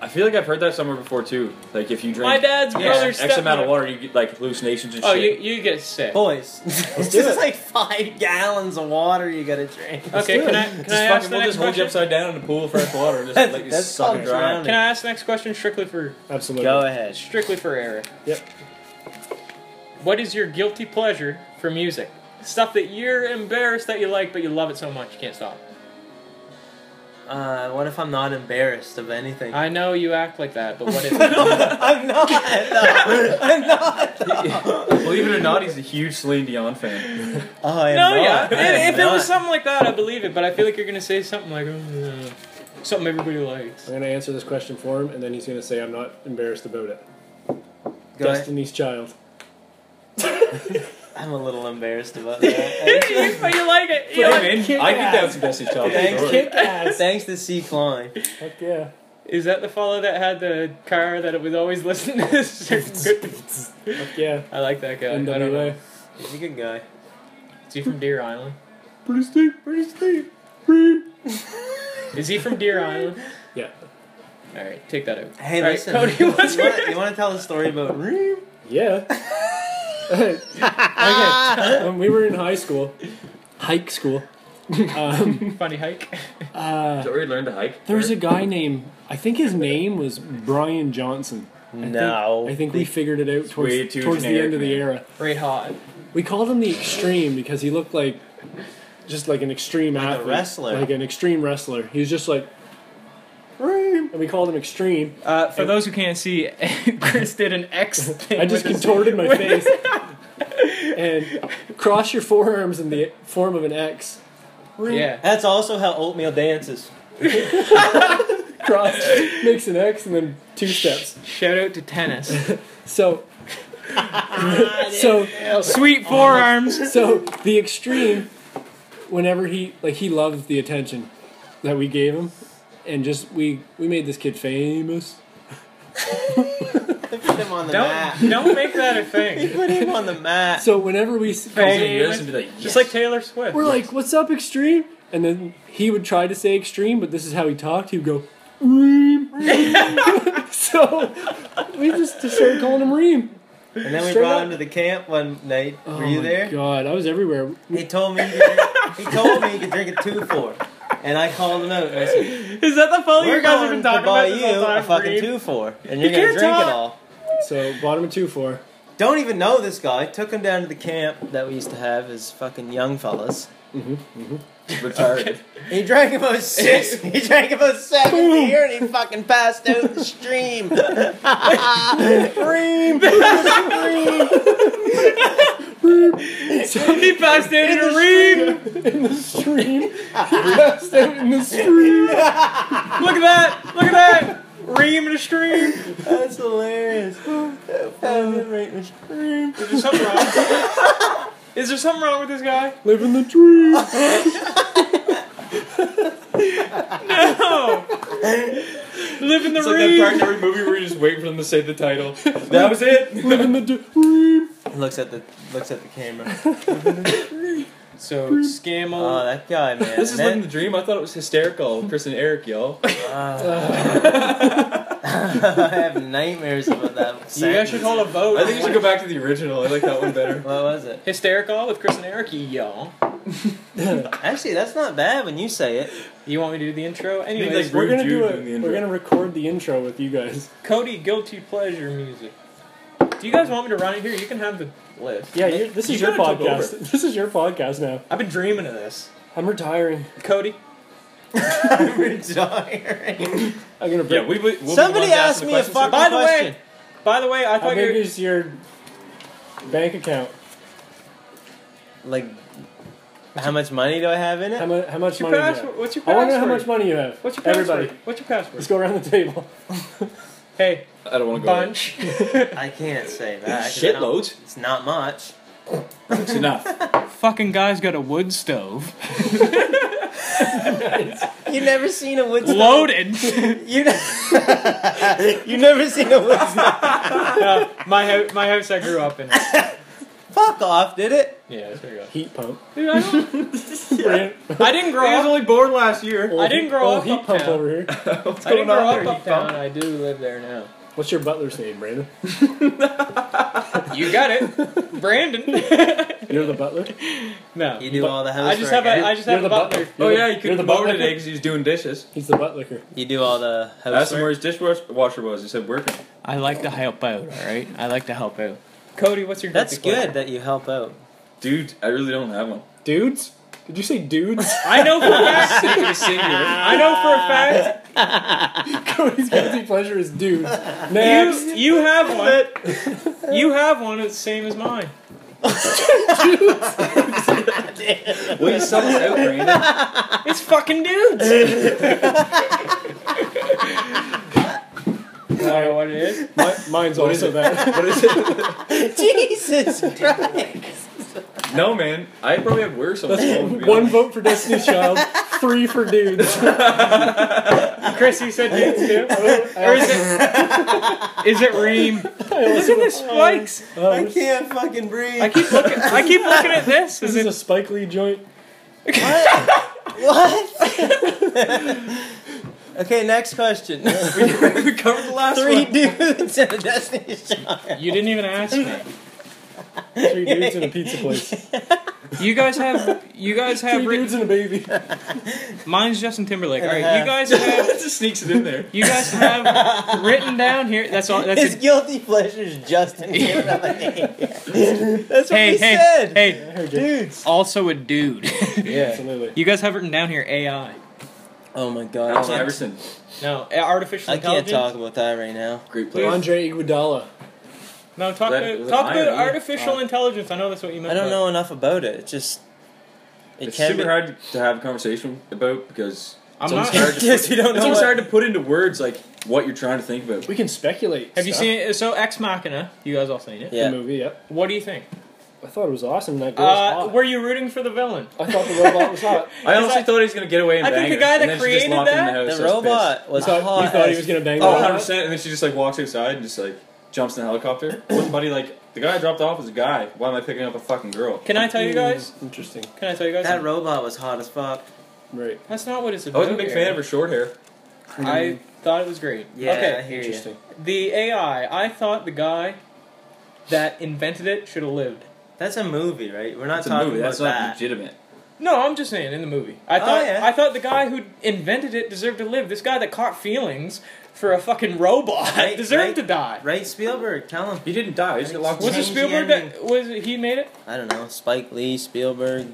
C: I feel like I've heard that somewhere before too. Like if you drink
E: My dad's
C: yeah,
E: brother's
C: X amount
E: stepmother.
C: of water, you get like hallucinations and
E: Oh, you
C: shit.
E: you get sick.
B: Boys, it's
A: do it.
B: just like five gallons of water you gotta drink.
E: Okay,
A: do
E: can
A: it.
E: I can
C: just
E: I
C: fucking,
E: ask the
C: we'll
E: next
C: just hold you
E: question?
C: upside down in a pool of fresh water and just
B: That's-
C: like you
B: that's
C: suck
B: called
C: it dry.
B: drowning.
E: Can I ask the next question strictly for
A: Absolutely.
B: Go ahead.
E: strictly for Eric?
A: Yep.
E: What is your guilty pleasure for music? Stuff that you're embarrassed that you like, but you love it so much you can't stop.
B: uh, what if I'm not embarrassed of anything?
E: I know you act like that, but what
B: I
E: if?
B: don't- I'm not. no. I'm not.
C: Believe it or not, he's a huge Celine Dion fan.
B: Oh, I am
E: No,
B: not.
E: yeah.
B: I am
E: If, if it was
B: not.
E: something like that, I believe it. But I feel like you're gonna say something like "Oh, yeah." something everybody likes.
A: I'm gonna answer this question for him, and then he's gonna say, "I'm not embarrassed about it."
B: Go ahead.
A: Destiny's Child.
B: I'm a little embarrassed about
E: you,
B: that.
E: you like it. You
C: Hey,
E: like-
C: man, I think that was the best he's told.
B: Thanks,
C: Sure.
B: Thanks to C. Klein.
A: Heck yeah.
E: Is that the fellow that had the car that it was always listening to? certain good-
A: Heck yeah.
E: I like that guy. I don't know.
A: NWA.
B: He's a good guy.
E: Is he from Deer Island?
A: Pretty steep, pretty steep. Pretty.
E: Is he from Deer Island?
A: Yeah.
E: All right, take that out.
B: Hey,
E: All right,
B: listen.
E: Cody,
B: you,
E: what's your-
B: wanna, you wanna tell the story about Reem?
A: Yeah. okay. When we were in high school, hike school, um,
E: funny hike?
A: uh,
C: Dory learned to hike.
A: there was a guy named, I think his name was Brian Johnson. I think-
B: No.
A: I think we figured it out
C: way
A: towards,
C: too
A: towards the
C: generic,
A: end of the
C: man.
A: era.
E: Ray hot.
A: We called him the Extreme because he looked like just like an extreme
B: a
A: athlete,
B: wrestler.
A: like an extreme wrestler. He was just like, "Extreme," and we called him Extreme.
E: Uh, for those who can't see, Chris did an X thing.
A: I just
E: with his-
A: contorted my face and cross your forearms in the form of an X.
E: Yeah.
B: That's also how oatmeal dances.
A: Cross makes an X and then two steps.
E: Shout out to tennis.
A: So, so
E: Sweet forearms.
A: so the extreme whenever he like he loved the attention that we gave him and just we we made this kid famous
B: They put him on the
E: Don't
B: mat.
E: don't make that a
B: They
E: thing.
B: put him on the mat.
A: so whenever we s-
E: Hey.
C: Hey, you listen to that.
E: Just like Taylor Swift.
A: we're like what's up extreme and then he would try to say extreme but this is how he talked he would go reem so we just started calling him reem
B: and then we
A: Straight
B: brought
A: up.
B: him to the camp one night.
E: Oh
B: Were you
A: my
B: there?
A: god i was everywhere
B: He told me he, could drink, he told me he could drink a two four, and I called him out. And I said,
E: Is that the fellow
B: "We're
E: you guys have been
B: going to
E: talking
B: buy
E: about
B: you
E: this whole
B: a
E: time?
B: fucking
E: Reed?
B: two four, and you're
E: You
B: gonna
E: can't
B: drink it
E: talk.
B: all."
A: so bottom of two four
B: Don't even know this guy. Took him down to the camp that we used to have as fucking young fellas.
C: retarded.
B: He drank about six. he drank about seven beer, and he fucking passed out the stream. Reem, Reem.
E: He passed out in a ring.
A: in the stream passed out in the stream
E: Look at that! Look at that! Ream in a stream.
B: That's hilarious. Found him right in the stream.
E: Is there something wrong? Is there something wrong with this guy?
A: living the dream
E: No. Live in the
C: It's like that
E: ring.
C: part in every movie where you're just waiting for them to say the title. That was it.
A: living the dream
B: Looks at the looks at the camera.
E: so
B: Oh,
A: Uh,
E: scammo.
B: that guy, man.
C: This is
B: And
C: living the dream. I thought it was hysterical. Chris and Eric, y'all.
B: I have nightmares about that.
E: you guys
B: sentence.
E: should call a vote.
C: I think you should go back to the original. I like that one better.
B: What was it?
E: hysterical with Chris and Eric, y'all.
B: Actually, that's not bad when you say it.
E: You want me to do the intro?
C: like,
E: Anyways,
A: We're gonna do
C: Dude, doing the
A: it.
C: intro.
A: We're gonna record the intro with you guys.
E: Cody, guilty pleasure music. Do you guys want me to run it here? You can have the list.
A: Yeah, you're, this
C: You
A: is your
C: kinda took
A: podcast. This is your podcast now.
E: I've been dreaming of this.
A: I'm retiring.
E: Cody,
B: I'm retiring.
A: I'm gonna
C: Yeah,
A: break.
C: we, we, we'll be
B: Somebody
C: the ones to ask
B: asked
C: the
B: me a
C: questions.
B: fucking
E: By the way-
B: question.
E: by the way, I
A: How
E: thought
A: big
E: you
A: is your bank account?
B: Like, how much money do I have in
A: How,
B: it?
A: mu- how much
E: what's your
A: money? You
E: password?
A: have?
E: What's your
A: I
E: password?
A: want to know how much money you have.
E: What's your password?
A: Everybody,
E: What's your
A: let's
E: password?
A: go around the table.
E: Hey,
C: I don't want to go. there.
E: bunch.
B: I can't say that. 'cause I don't-
C: Shitloads.
B: It's not much.
C: It's enough.
E: Fucking guy's got a wood stove.
B: You never seen a wood stove?
E: Loaded.
B: You ne- you never seen a wood stove?
E: Uh, my house, my house I grew up in. Yeah,
B: Fuck off, did it?
E: that's where you go.
A: Heat pump.
E: Dude, I, don't-
A: Brand-
E: I didn't grow
C: I was
E: up.
C: only born last year.
A: old
E: I didn't
A: heat-
E: grow
A: old
E: up
A: heat pump
E: uptown.
A: over here.
C: What's
E: I didn't
C: going
E: grow
C: on
E: up
C: there?
E: uptown. I do live there now.
A: What's your butler's name, Brandon?
E: You got it, Brandon.
A: You're the butler.
E: no,
B: You do all the house
E: I just
B: work.
E: have a, I just
A: You're
E: have
A: the
E: a butler.
A: butler.
C: Oh yeah, you
A: You're
C: couldn't
A: the
C: vote
A: butt
C: today because he was doing dishes.
A: He's the buttlicker.
B: you do all the house
C: Asked him
B: work.
C: where his dishwasher was. He said working.
E: I like to help out. All right, I like to help out. Cody, what's your
B: That's
E: guilty pleasure?
B: good that you help out.
C: Dude, I really don't have one.
A: Dudes, Did you say dudes?
E: I know for a fact. I know for a fact.
A: Cody's guilty pleasure is dudes. Next.
E: You you have one. You have one. It's the same as mine.
C: Will you sell us out, Brandon?
E: It's fucking dudes. I don't know what it is.
A: Mi- mine's also that.
C: What is it?
B: Jesus Christ.
C: No, man. I probably have worse on this one. to be
A: One
C: honest.
A: vote for Destiny's Child, three for dudes.
E: Chris, you said dudes too. Or is it? Is it Reem? Look at the spikes.
A: Oh,
B: I
A: this
B: can't fucking breathe.
E: I keep looking. I keep looking at this. Is
A: is
E: it?
A: a Spike Lee joint.
B: What? okay, next question.
C: we covered the last
B: Three
C: one.
B: dudes in a Destiny's Child.
E: You didn't even ask me.
A: Three dudes in a pizza place.
E: You guys have. You guys have.
A: Three
E: Re-
A: dudes and a baby.
E: mine's Justin Timberlake. All right. You guys have.
C: That just sneaks it in there.
E: You guys have written down here. That's all. That's
B: His
E: it.
B: guilty pleasure is Justin Timberlake. That's what
E: Hey,
B: he
E: hey,
B: said.
E: hey.
B: Dudes.
E: Also a dude.
B: Yeah.
A: Absolutely.
E: you guys have written down here AI.
B: Oh my god. I
C: Allen
B: can't,
C: Iverson,
E: No, a- artificial
B: I can't
E: intelligence.
B: talk about that right now.
C: great player.
A: Andre Iguodala.
E: No, talk
C: That-
E: about
C: was
E: talk
C: it
E: about
C: irony?
E: artificial
C: Oh.
E: intelligence. I know that's what you meant.
B: I don't
E: but-
B: know enough about it. It just. It
C: It's
B: can't
C: super hard to have a conversation about because
E: I'm
C: it's almost
E: not-
C: hard to
B: Yes, you don't
C: it's
B: know
C: almost
B: what-
C: hard to put into words like what you're trying to think about.
A: We can speculate.
E: Have you
A: stuff.
E: seen it? So Ex Machina. You guys all seen it.
B: Yeah.
A: the movie? Yep.
E: What do you think?
A: I thought it was awesome. That girl
E: Uh,
A: was hot.
E: were you rooting for the villain?
A: I thought the robot was hot.
C: I honestly
E: I-
C: thought he was gonna get away and
E: I
C: bang
E: think the
C: her,
E: guy that
C: and then she just
E: created
C: locked him in
E: that-
C: house.
B: The
C: I was pissed.
B: robot was
A: You thought,
B: hot.
A: you thought he
B: as-
A: was gonna bang.
C: Oh,
A: the
C: 100
A: robot?
C: percent. And then she just like walks outside and just like jumps in a helicopter. Wasn't buddy like the guy I dropped off was a guy. Why am I picking up a fucking girl?
E: Can I tell you guys?
A: Mm, Interesting.
E: Can I tell you guys?
B: That robot was hot as fuck.
A: Right.
E: That's not what it's
C: I
E: about.
C: wasn't a big fan of
E: Aaron.
C: her short hair.
A: Mm.
E: I thought it was great.
B: Yeah, I
E: Okay.
B: hear you.
A: Interesting.
E: The AI. I thought the guy that invented it should have lived.
B: That's a movie, right? We're not
C: That's a
B: talking
C: movie.
B: about
C: That's not
B: that.
C: legitimate.
E: No, I'm just saying in the movie. I
B: Oh,
E: thought
B: yeah.
E: I thought the guy who invented it deserved to live. This guy that caught feelings for a fucking robot
B: Right, right.
E: deserved to die.
B: Right, Spielberg, tell him.
C: He didn't die. He just got locked
E: Was it
C: in.
B: Change the
E: Spielberg
B: ending.
E: that was it, he made it?
B: I don't know. Spike Lee, Spielberg,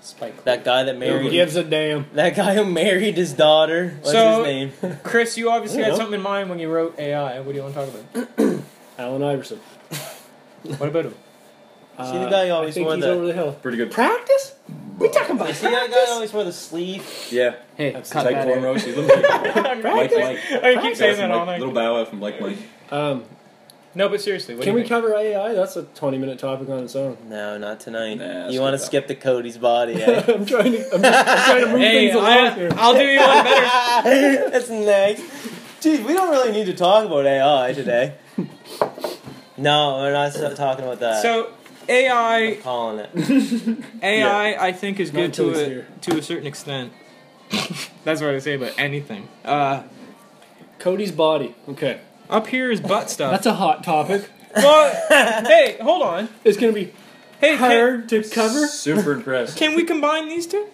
A: Spike. Lee.
B: that guy that married.
A: Who gives a damn?
B: That guy who married his daughter. What's
E: So-
B: his name?
E: Chris, you obviously
A: I don't
E: had
A: know.
E: something in mind when you wrote AI. What do you want to talk about?
A: Allen Iverson.
E: What about him?
A: Uh,
B: See the guy who always
A: I think
B: wore
A: he's
B: the-
A: over the hill.
C: Pretty good.
A: Practice? We talking about
B: You see that guy that always wore the sleeve?
C: Yeah.
E: Hey,
A: That's
E: cut
C: Tight
E: that out.
C: cornrows. He looked like
E: I'm
C: Mike
E: right there.
C: Mike.
E: I Oh, keep saying that all
C: Like,
E: night.
C: little bow out from Like Mike.
A: Um,
E: No, but seriously, what
A: can
E: do
A: we
E: you think?
A: cover AI? That's a 20 minute topic on its own.
B: No, not tonight.
C: Nah, let's
B: you want to
C: skip
B: skip the Cody's body? Eh?
A: I'm trying to. I'm, just, I'm trying to move
E: Hey,
A: things along
E: I,
A: here.
E: I'll do you one better.
B: That's next. Dude, we don't really need to talk about AI today. No, we're not so- talking about that.
E: So AI,
B: I'm calling it.
E: AI, I think is
A: Not
E: good
A: until
E: to
A: he's
E: a
A: here.
E: to a certain extent. That's what I say about anything. Uh,
A: Cody's body. Okay.
E: up here is butt stuff.
A: That's a hot topic.
E: well, hey, hold on.
A: It's going to be
E: Hey, can,
A: hard to cover.
C: Super impressed.
E: can we combine these two?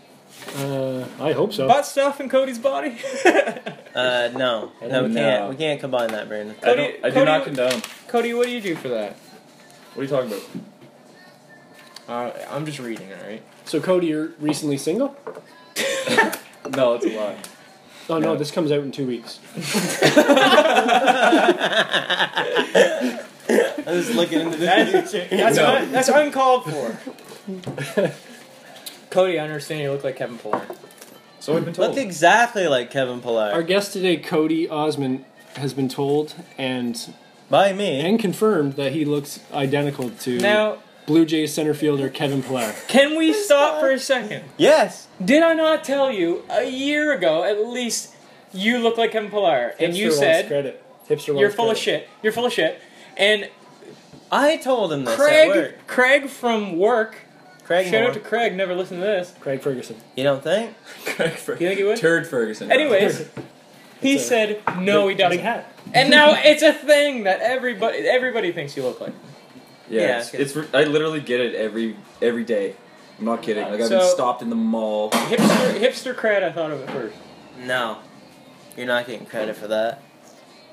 A: Uh, I hope so.
E: Butt stuff and Cody's body.
B: Uh, no, no, we
C: No.
B: can't. We can't combine that, Brandon.
C: I,
E: Cody-
C: don't, I do
E: Cody-
C: not condone. What
E: Cody, what do you do for that?
C: are you talking about?
E: Uh, I'm just reading, all right.
A: so, Cody, you're recently single?
C: No, it's a lie.
A: Oh, no, this comes out in two weeks.
B: I was looking into
E: That's,
B: this.
E: that's,
C: No.
E: un- that's uncalled for. Cody, I understand you look like Kevin Pollard.
C: So I've been told.
B: Looked exactly like Kevin
A: Our
B: Pillar.
A: guest today, Cody Osmond, has been told and
B: By me.
A: and confirmed that he looks identical to
E: Now,
A: Blue Jays center fielder Kevin Pillar.
E: can we stop for a second?
B: Yes.
E: Did I not tell you a year ago, at least, you look like Kevin Pillar, and you said
A: credit. Hipster
E: you're full of shit. You're full of shit. And
B: I told him this at
E: Craig,
B: work.
E: Craig from work.
B: Craig
E: Shout
B: Moore.
E: out to Craig. Never listened to this.
A: Craig Ferguson.
B: You don't think?
C: Craig Ferguson.
E: You think he would?
C: Turd Ferguson.
E: Anyways, he
A: It's a
E: said no, he doesn't.
A: Big hat.
E: And now it's a thing that everybody everybody thinks you look like.
C: Yeah,
B: Yeah,
C: it's, it's re- I literally get it every every day. I'm not kidding. Like I've been
E: So-
C: stopped in the mall.
E: Hipster hipster cred. I thought of it first.
B: No. You're not getting credit for that.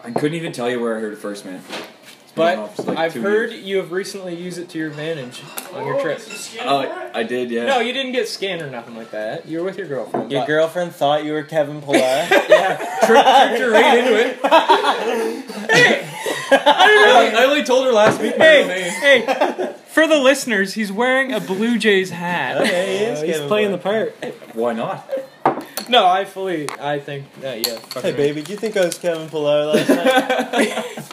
C: I couldn't even tell you where I heard it first, man. It's
E: But
C: off for like
E: I've
C: two
E: heard you have recently used it to your advantage on your trip.
C: Oh, I did, yeah.
E: No, you didn't get scanned or nothing like that. You were with your girlfriend.
B: Your
E: but-
B: girlfriend thought you were Kevin Pillar.
E: Yeah, trick, tricked her right into it. hey, I don't know. I only told her last week. Hey, hey, for the listeners, he's wearing a Blue Jays hat.
B: yeah, he is
A: Oh, he's
B: Kevin
A: playing the
B: Pillar.
A: part.
C: Why not?
E: No, I fully, I think, uh, yeah. fuck
B: Hey,
E: her.
B: baby, do you think I was Kevin Pillar last night?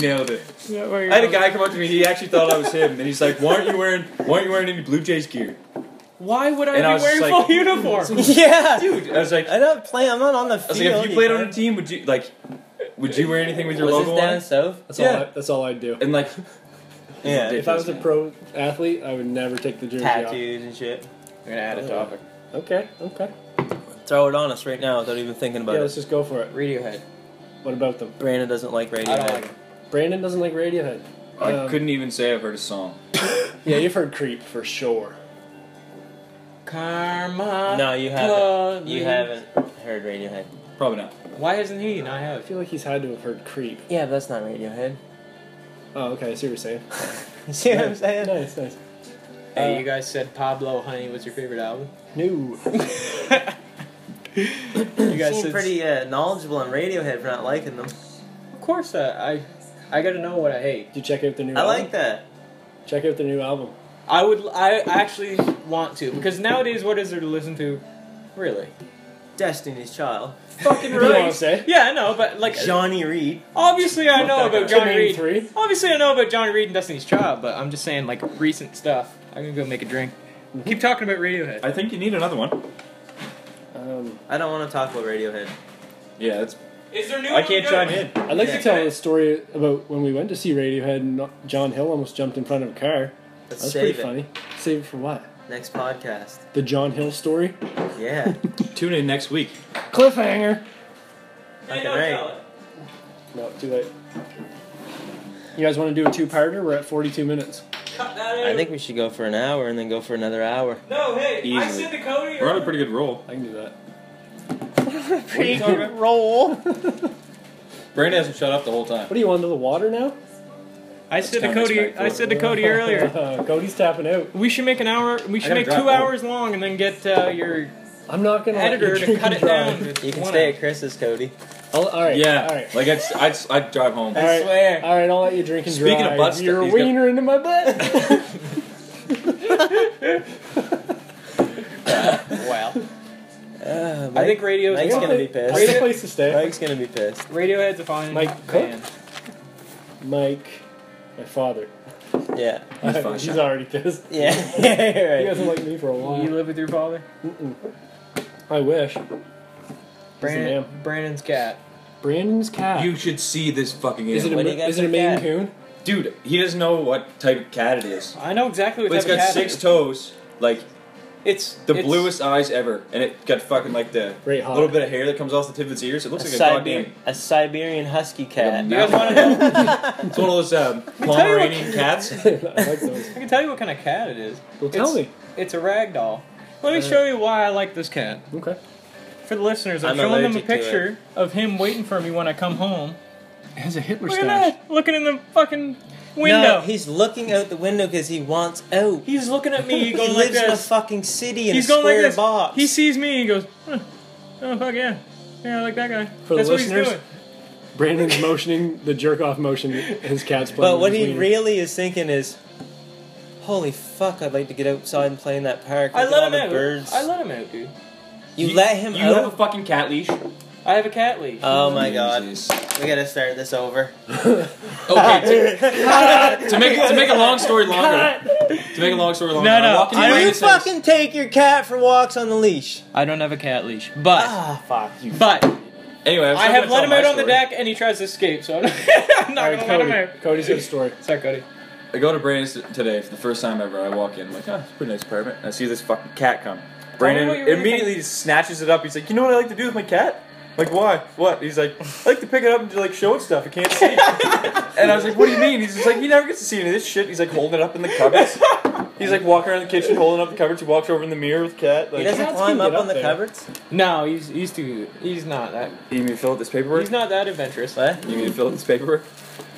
C: Nailed it.
E: Yeah, where you're
C: I had a
E: going.
C: guy come up to me. He actually thought I was him, and he's like, "Why aren't you wearing? Why aren't you wearing any Blue Jays gear?"
E: Why would I
C: And
E: be
C: I was
E: wearing
C: just
E: full
C: like-
E: uniform?
B: yeah,
C: Dude, I was like, I
B: I don't play. I'm not on the field.
C: was like, if you played on a
B: guys.
C: team, would you like? Would you wear anything with your
B: was
C: logo
B: this down
C: on?
B: south?
A: That's
C: Yeah.
A: all. I, that's all I'd do.
C: And like,
B: Yeah,
C: Did-
A: If I was a pro athlete, I would never take the jersey
B: tattoos and shit.
E: I'm gonna add a topic.
A: off. Okay. Okay.
B: Throw it on us right now without even thinking about
A: yeah,
B: it.
A: let's just go for it.
E: Radiohead.
A: What about them?
B: Brandon doesn't like radio.
E: I don't like it.
A: Brandon doesn't like Radiohead.
C: I
A: Um,
C: couldn't even say I've heard a song.
A: Yeah, you've heard Creep for sure.
E: Karma.
B: No, you haven't. You haven't heard Radiohead.
C: Probably not.
E: Why hasn't he? And I
A: I
E: have.
A: feel like he's had to have heard Creep.
B: Yeah, but that's not Radiohead.
A: Oh, okay. I see what you're saying.
B: You see what I'm saying?
A: nice, nice.
E: Hey,
A: Uh,
E: you guys said Pablo Honey was your favorite album.
A: New.
E: You
B: You
E: guys
B: seem
E: said
B: pretty uh, knowledgeable on Radiohead for not liking them.
E: Of course, uh, I, I, I gotta know what I hate.
A: Did you check out the new?
B: I
A: album?
B: like that.
A: Check out the new album.
E: I would, I actually want to because nowadays, what is there to listen to, really?
B: Destiny's Child.
E: Fucking
A: You know what I'm
E: right.
A: saying?
E: Yeah, I know, but like,
B: Johnny Reed.
E: obviously, I
C: Fuck
E: know
C: that
E: about
C: guy.
E: Johnny
A: Name
E: Reed.
A: three.
E: Obviously, I know about Johnny Reed and Destiny's Child, but I'm just saying like recent stuff. I'm gonna go make a drink. Keep talking about Radiohead.
C: I think you need another one.
A: Um,
B: I don't want to talk about Radiohead.
C: Yeah, that's.
E: Is there new?
C: I can't chime in.
A: I'd like
E: Yeah.
A: to tell the story about when we went to see Radiohead and John Hill almost jumped in front of a car.
B: Let's
A: That was
B: save
A: pretty
B: it.
A: funny. Save it for what?
B: Next podcast.
A: The John Hill story?
B: Yeah.
C: Tune in next week.
A: Cliffhanger!
B: Fucking right.
A: No, too late. You guys want to do a two-parter? We're at 42 minutes.
B: I think we should go for an hour and then go for another hour.
E: No, hey,
C: I Easily. said
E: to Cody.
C: We're on a pretty good roll.
A: I can do that.
B: Pretty good roll.
C: Brandon hasn't shut up the whole time.
A: What are you, under the water now?
E: I said to
C: kinda
E: Cody.
C: respectful.
E: I said to Cody earlier.
A: Cody's tapping out.
E: We should make an hour. We should
C: gotta
E: make two
C: drive home.
E: hours long, and then get uh, your
A: I'm not going
E: editor
A: let you
E: to
A: drink
E: cut
A: and
E: it
A: drive.
E: down. to
B: You can
E: one
B: stay
E: hour.
B: at Chris's, Cody.
A: I'll, all right.
C: Yeah,
A: All right.
C: like I'd, I'd, I'd drive home.
A: All right,
E: swear.
A: All right, I'll let you drink and
C: Speaking of
A: drive.
C: butt stuff,
A: You're a
C: he's got-
A: wiener into my butt.
E: Wow.
B: Uh,
E: I think radio's
B: Mike's
E: one-
B: gonna be
A: I got
B: pissed.
A: a place to stay.
B: Mike's gonna be pissed.
E: Radiohead's a fine
A: Mike Cook?
E: band.
A: Mike, my father.
B: Yeah.
C: He's fine.
A: He's already pissed.
B: Yeah. yeah
A: He
B: you're right.
A: hasn't liked me for a
E: You
A: while.
E: live with your father?
A: Mm-mm. I wish.
E: Brandon, Brandon's cat.
A: Brandon's cat.
C: You should see this fucking
A: is it
C: animal.
B: What
A: a,
B: do you got
A: is it
B: for
A: a Maine
B: cat?
A: Coon?
C: Dude, he doesn't know what type of cat it is.
E: I know exactly what
C: But it's
E: type
C: got
E: of cat
C: six
E: it is.
C: toes, like
E: It's
C: the
E: it's-
C: bluest eyes ever, and it got fucking like the
A: Great hawk.
C: little bit of hair that comes off the tip of its ears. It
B: A,
C: looks like a
B: Siberian,
C: goddamn.
B: a Siberian husky cat.
E: You guys want to know?
C: It's one of those um,
E: tell you what-
C: Pomeranian cats.
A: I like those.
E: I can tell you what kind of cat it is.
A: Well, tell
E: It's-
A: me.
E: It's a ragdoll. Let me show you why I like this cat.
A: Okay.
E: For the listeners, I'm,
B: I'm
E: showing them a
B: allergic to it.
E: picture of him waiting for me when I come home.
A: It has a Hitler
E: Look at that! Looking in the fucking window.
B: No, he's looking out the window because he wants out.
E: he's looking at me.
B: He,
E: He's going like
B: lives in a
E: this.
B: fucking city in
E: He's
B: a
E: going
B: square
E: like this.
B: box.
E: He sees me. He goes, huh. "Oh fuck yeah, yeah, I like that guy."
A: For the
E: That's what he's
A: listeners,
E: doing.
A: Brandon's motioning the jerk off motion. that His cat's playing.
B: but what
A: with his
B: he
A: wiener.
B: really is thinking is, holy fuck, I'd like to get outside and play in that park.
E: I
B: Look at
E: let
B: all
E: him
B: the
E: out.
B: Birds.
E: I let him out, dude.
B: you, let him
C: You have a
B: out.
C: fucking cat leash.
E: I have a cat leash.
B: oh my god,
C: Jesus.
B: we gotta start this over.
C: Okay. To, to make to make a long story longer. To make a long story longer.
E: No,
C: I'm
E: no,
C: walking
E: I
C: in
B: Will you
C: Brandon's house.
B: fucking take your cat for walks on the leash?
E: I don't have a cat leash, but
B: Ah, fuck.
E: but
C: Anyway, I'm
E: I
C: still
E: have
C: gonna
E: let
C: tell
E: him out
C: my
E: on the
C: story.
E: deck, and he tries to escape. So I'm not, I'm not
A: All
E: gonna
A: right,
E: let him
A: Cody.
E: out.
A: Cody's got a story.
E: Sorry, Cody.
C: I go to Brandon's today for the first time ever. I walk in, I'm like, oh, it's a pretty nice apartment. And I see this fucking cat come. Brandon
E: Oh, what you were gonna
C: immediately snatches it up. He's like, you know what I like to do with my cat? I'm like, why? What? He's like, I like to pick it up and like show it stuff. I can't see. and I was like, what do you mean? He's just like, he never gets to see any of this shit. He's like holding it up in the cupboards. He's like walking around the kitchen holding up the cupboards. He walks over in the mirror with the cat.
B: He
C: Like,
B: doesn't
A: cats
B: climb
A: can
B: up
A: get
B: on
A: up
B: the
A: there.
B: cupboards.
E: No, he's he's too he's not that
C: you mean to fill out this paperwork?
E: he's not that adventurous. eh?
B: What?
C: You mean to fill out this paperwork?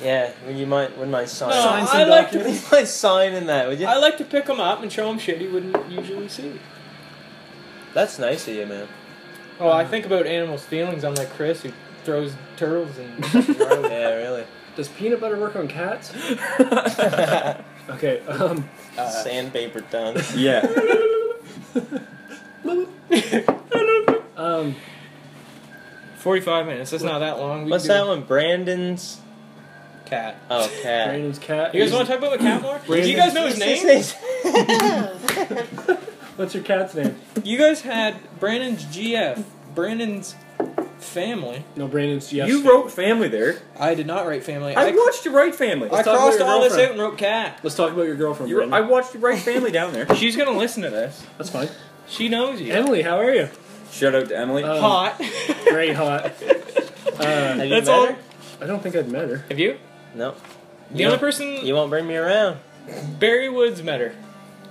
B: Yeah, would you mind? Would my sign?
E: No,
B: sign
E: I like to-
B: Would you mind signing that? Would you?
E: I like to pick him up and show him shit he wouldn't usually see.
B: That's nice of you, man.
E: Oh, I think about animals' feelings. I'm like Chris, who throws turtles and fucking road.
B: Yeah, really.
A: Does peanut butter work on cats? Okay. Um,
B: Sandpaper tongue.
C: Yeah.
A: um,
E: 45 minutes. That's not that long. We
B: What's
E: can do
B: that one? Brandon's.
E: Cat.
B: Oh, cat.
A: Brandon's cat.
E: You guys want to talk about the cat more? Do you
A: Brandon-
E: guys know his name?
A: What's your cat's name?
E: You guys had Brandon's GF, Brandon's family.
A: No, Brandon's yes.
C: you wrote family there.
E: I did not write family.
C: I watched you write family.
E: I
A: Let's talk about
E: crossed
A: your
E: all this out
A: girlfriend.
E: and wrote cat.
A: Let's talk about your girlfriend.
C: You wrote- I
A: Brandon.
C: watched you write family down there.
E: She's gonna listen to this.
A: That's fine.
E: She knows you.
A: Emily, how are you?
C: Shout out to Emily.
A: Uh,
E: Hot.
A: Very hot. Uh,
B: Have you
E: That's
B: met
E: all.
B: her?
A: I don't think I'd met her.
E: Have you?
B: No.
E: The
B: You
E: only
B: won't-
E: person
B: You won't bring me around.
E: Barry Woods met her.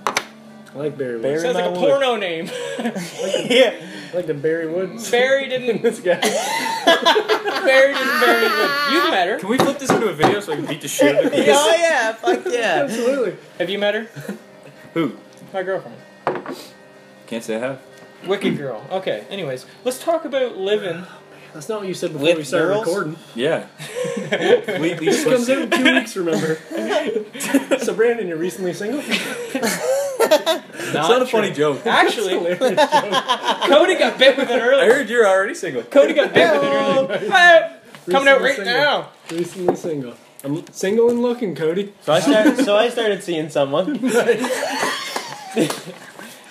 A: I like Barry Woods.
B: Barry
E: Sounds like a
B: Wood.
E: porno name.
B: yeah.
A: I like the Barry Woods.
E: Barry didn't.
A: this guy.
E: Barry didn't. Barry Woods. You've met her.
C: can we flip this into a video so I can beat the shit out of you?
B: Oh yeah. Fuck yeah.
A: Absolutely.
E: Have you met her?
C: Who?
E: My girlfriend.
C: Can't say I have.
E: Wicked girl. Okay. Anyways, let's talk about living.
A: That's not what you said before
B: With
A: we started
B: girls?
A: recording.
C: Yeah. Completely
A: This comes
C: switched.
A: out in two weeks, remember? so, Brandon, you're recently single?
C: It's not a funny joke.
E: Actually,
A: Hilarious.
E: Cody got bit with
C: I
E: it earlier.
C: heard you're already single.
E: Cody got bit with it earlier. Hey, Coming out
A: Recently single.
E: right now.
A: Recently single. I'm single and looking, Cody.
B: So I started. So I started seeing someone.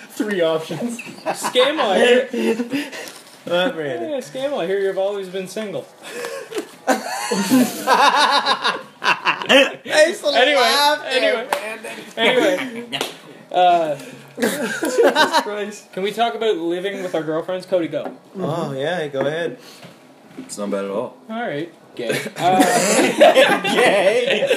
A: Three options.
E: Scam. I hear.
B: Not Brandon.
E: Yeah, Scam. I hear you've always been single. Anyway, anyway, anyway. Uh, Jesus Christ. Can we talk about living with our girlfriends? Cody, go. All
B: Oh yeah. Go ahead.
C: It's not bad at all.
E: right. Gay. Uh,
B: Yay.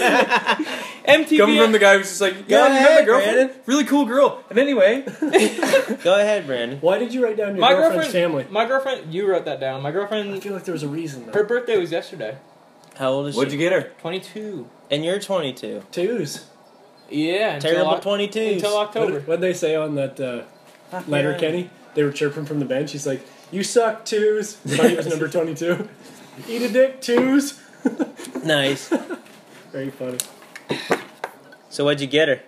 E: MTV.
C: Coming from the guy who's just like, yeah,
B: Go
C: you met my
B: ahead,
C: girlfriend?
B: Brandon.
C: Really cool girl. And anyway,
B: Go ahead, Brandon.
A: Why did you write down your
E: my
A: girlfriend's
E: girlfriend.
A: family?
E: My girlfriend. You wrote that down. My
A: I
E: girlfriend.
A: feel like there was a reason,
E: Her
A: though.
E: birthday was yesterday.
B: How old is
C: what'd
B: she?
C: you get her?
E: Twenty-two.
B: And you're 22.
A: Twos.
E: Yeah. until
B: Terrible
E: Oc-
B: 22s.
E: Until October.
A: What did they say on that uh,
B: Fuck
A: letter,
B: yeah.
A: Kenny? They were chirping from the bench. He's like, You suck, twos. Thought he was number 22. Eat a dick, twos.
B: Nice.
A: Very funny.
B: So what'd you get her?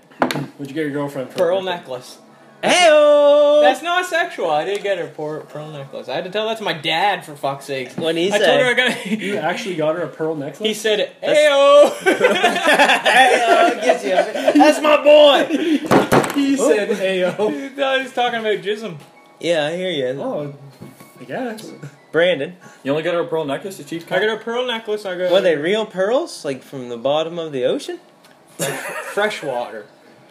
A: Would you get your girlfriend for
E: Pearl
A: her birthday?
E: necklace.
B: Heyo.
E: That's not sexual. I didn't get her por- pearl necklace. I had to tell that to my dad for fuck's sake.
B: what he
E: I
B: said.
E: told her I got.
A: You actually got her a pearl necklace?
E: He said, "Ayo."
B: Heyo, it gets you. uh, That's my boy.
A: He said, uh,
B: Oh.
A: "Ayo."
E: no, he's talking about jism.
B: Yeah, I hear you,
A: Oh, I guess.
B: Brandon.
C: You only got her a pearl necklace? Did she
E: I got a pearl necklace. I got
B: Were they real pearls, like from the bottom of the ocean?
E: fresh water.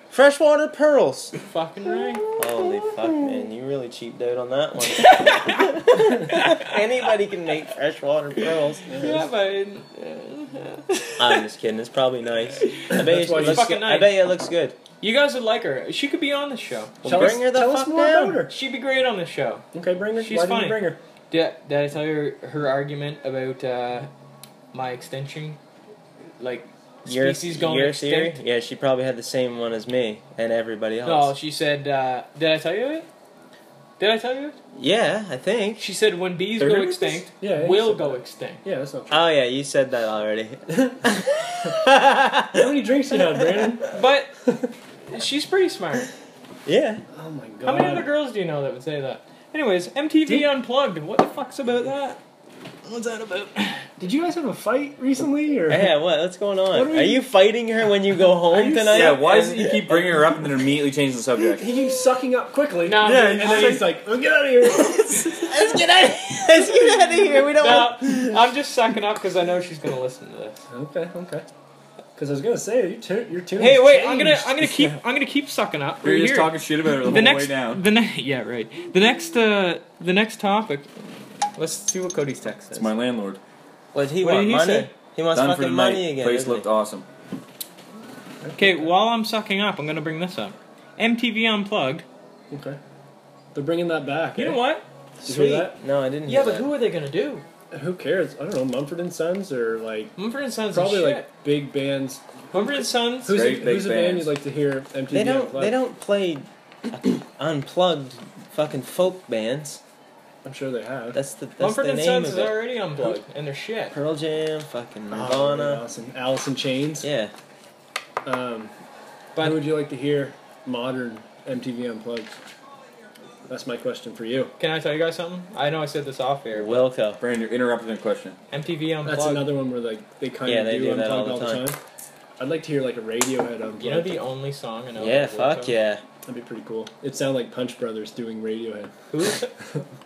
B: Freshwater pearls.
E: Fucking right.
B: Holy fuck, man! You really cheaped out on that one. Anybody can make freshwater pearls.
E: Yeah, but uh, it,
B: I'm just kidding. It's probably nice. I bet,
A: That's
B: you
A: why
B: it
A: you-
B: looks
E: Fucking
B: good. I
E: nice.
B: bet you it looks good.
E: you guys would like her. She could be on the show.
B: Well,
A: Tell us-
B: bring her the
A: tell
B: fuck
A: us more
B: down.
A: about her.
E: She'd be great on the show.
A: Okay, bring her.
E: She's
A: Why
E: funny.
A: did you bring her?
E: Did, did I tell you her, her argument about uh, my extension, like
B: Your,
E: species going
B: your theory?
E: extinct?
B: Yeah, she probably had the same one as me and everybody
E: No,
B: else.
E: she said. Uh, did I tell you it? Did I tell you it?
B: Yeah, I think.
E: She said when bees
C: Thirty
E: go
C: minutes?
E: extinct,
A: Yeah, yeah,
E: we'll
A: you said
E: go
A: that.
E: extinct.
A: Yeah, that's not true.
B: Oh yeah, you said that already.
A: How many drinks you had, Brandon?
E: But she's pretty smart.
B: yeah.
A: Oh my god.
E: How many other girls do you know that would say that? Anyways, MTV
A: Did-
E: Unplugged. What the fuck's about that? What's that about?
A: Did you guys have a fight recently, or
B: Yeah, what? What's going on?
A: What are
B: are, you fighting her when you go home tonight?
C: Yeah, why does he keep bringing her up and then immediately change the subject?
A: he keeps sucking up quickly?
E: No,
A: yeah,
E: he-
A: and then he's like, "Oh, "Get out of here."
B: Let's get out. Let's get out of here. We don't.
E: No, I'm just sucking up because I know she's gonna listen to this.
A: okay, okay. Because I was gonna say your tune. Your tune.
E: Hey,
A: has
E: wait! I'm gonna
A: changed.
E: I'm gonna keep I'm gonna keep sucking up.
C: We're
E: We're
C: just
E: here.
C: talking shit about her the,
E: the
C: whole
E: next
C: way down.
E: the next yeah right the next uh the next topic. Let's see what Cody's text
C: It's
E: says.
C: my landlord.
B: What he
E: What did
B: want?
E: he
B: money.
E: say?
B: He wants
C: Done for the
B: fucking money
C: night.
B: again.
C: Place
B: doesn't he?
C: looked awesome.
E: Okay, while I'm sucking up, I'm gonna bring this up. MTV Unplugged.
A: Okay. They're bringing that back.
E: You
A: eh?
E: know what?
A: Did you hear
B: Sweet.
A: that?
B: No, I didn't.
E: Yeah,
B: hear
E: but who are they gonna do?
A: who cares? I don't know, Mumford and Sons or like
E: Mumford and Sons
A: probably
E: is shit.
A: like big bands.
E: Mumford and Sons.
A: Who's,
C: Great
A: a,
C: big
A: who's a band
C: bands.
A: you'd like to hear MTV
B: They don't.
A: Unplugged?
B: They don't play unplugged fucking folk bands.
A: I'm sure they have.
B: That's the that's
E: Mumford
B: the
E: and
B: name
E: Sons
B: of
E: is
B: it.
E: already unplugged, and they're shit.
B: Pearl Jam, fucking
A: Oh,
B: Nirvana.
A: Allison, Allison Chains.
B: yeah,
A: Um,
E: But-
A: who would you like to hear modern MTV Unplugged? That's my question for you.
E: Can I tell you guys something? I know I said this off air. but
B: Wilco.
C: Brandon, you're interrupting the question.
E: MTV unplugged.
A: That's another one where like they kind
B: Yeah,
A: of
B: they
A: do,
B: do that
A: Unplugged all
B: all
A: the
B: the
A: time. I'd like to hear like a Radiohead Unplugged.
E: You know the only song I know.
B: Yeah,
E: about Wilco?
B: fuck yeah.
A: That'd be pretty cool. It sounded like Punch Brothers doing Radiohead.
E: Who?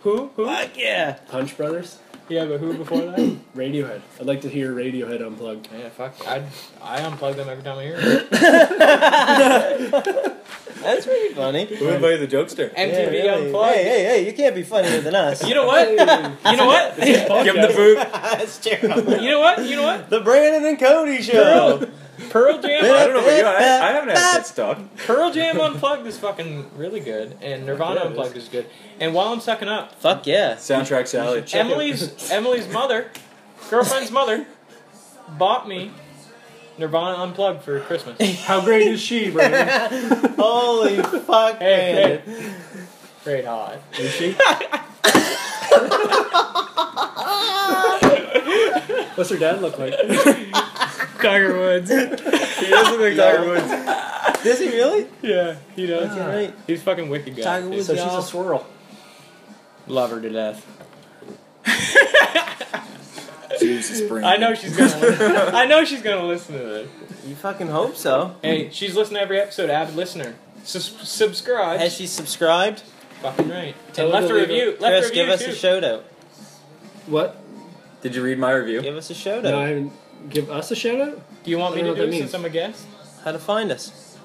E: who? Who?
B: Fuck yeah.
A: Punch Brothers,
E: Yeah, but who before that?
A: Radiohead. I'd like to hear Radiohead Unplugged.
E: yeah, fuck. I I unplug them every time I hear it.
B: That's pretty funny.
C: Who invited the jokester?
E: MTV
B: Yeah, really.
E: unplugged.
B: Hey, hey, hey, you can't be funnier than us.
E: You know what? You know what?
C: Give him the boot.
B: That's terrible.
E: You know what? You know what?
B: The Brandon and Cody show.
E: Pearl Jam.
C: I don't know about you. I, I haven't had that stuff.
E: Pearl Jam Unplugged is fucking really good, and Nirvana
A: Yeah, it is.
E: Unplugged is good. And while I'm sucking up,
B: Fuck yeah.
C: Soundtrack salad.
E: Emily's Emily's mother, girlfriend's mother, bought me Nirvana Unplugged for Christmas. Hey,
A: How great is she, Brandon?
B: Holy fuck,
E: hey,
B: man.
E: great hot.
A: is she? What's her dad look like?
E: Tiger Woods.
C: He does look like Tiger Woods.
B: Does he really?
E: Yeah, he does.
B: Fucking right.
E: He's fucking wicked guy.
B: Tiger
E: dude.
B: Woods.
A: So Ah. she's a swirl.
B: Love her to death.
C: Jesus, Brandon.
E: I know she's gonna. Listen. I know she's gonna listen to this.
B: You fucking hope so.
E: Hey, she's listened to every episode. Avid listener. Sus- subscribe.
B: Has she subscribed?
E: fucking right.
A: Tell
E: and
A: her
E: left
A: to
E: a
A: leave
E: review. Left
B: Chris,
E: a review
B: give us
E: too.
B: a shout out.
A: What?
C: Did you read my review?
B: Give us a shout
A: No, I
B: out.
A: haven't. Give us a shout out?
E: Do you want me
A: I
E: to
A: don't
E: do
A: know
E: it
A: what that
E: since
A: means.
E: I'm a guest?
B: How to find us.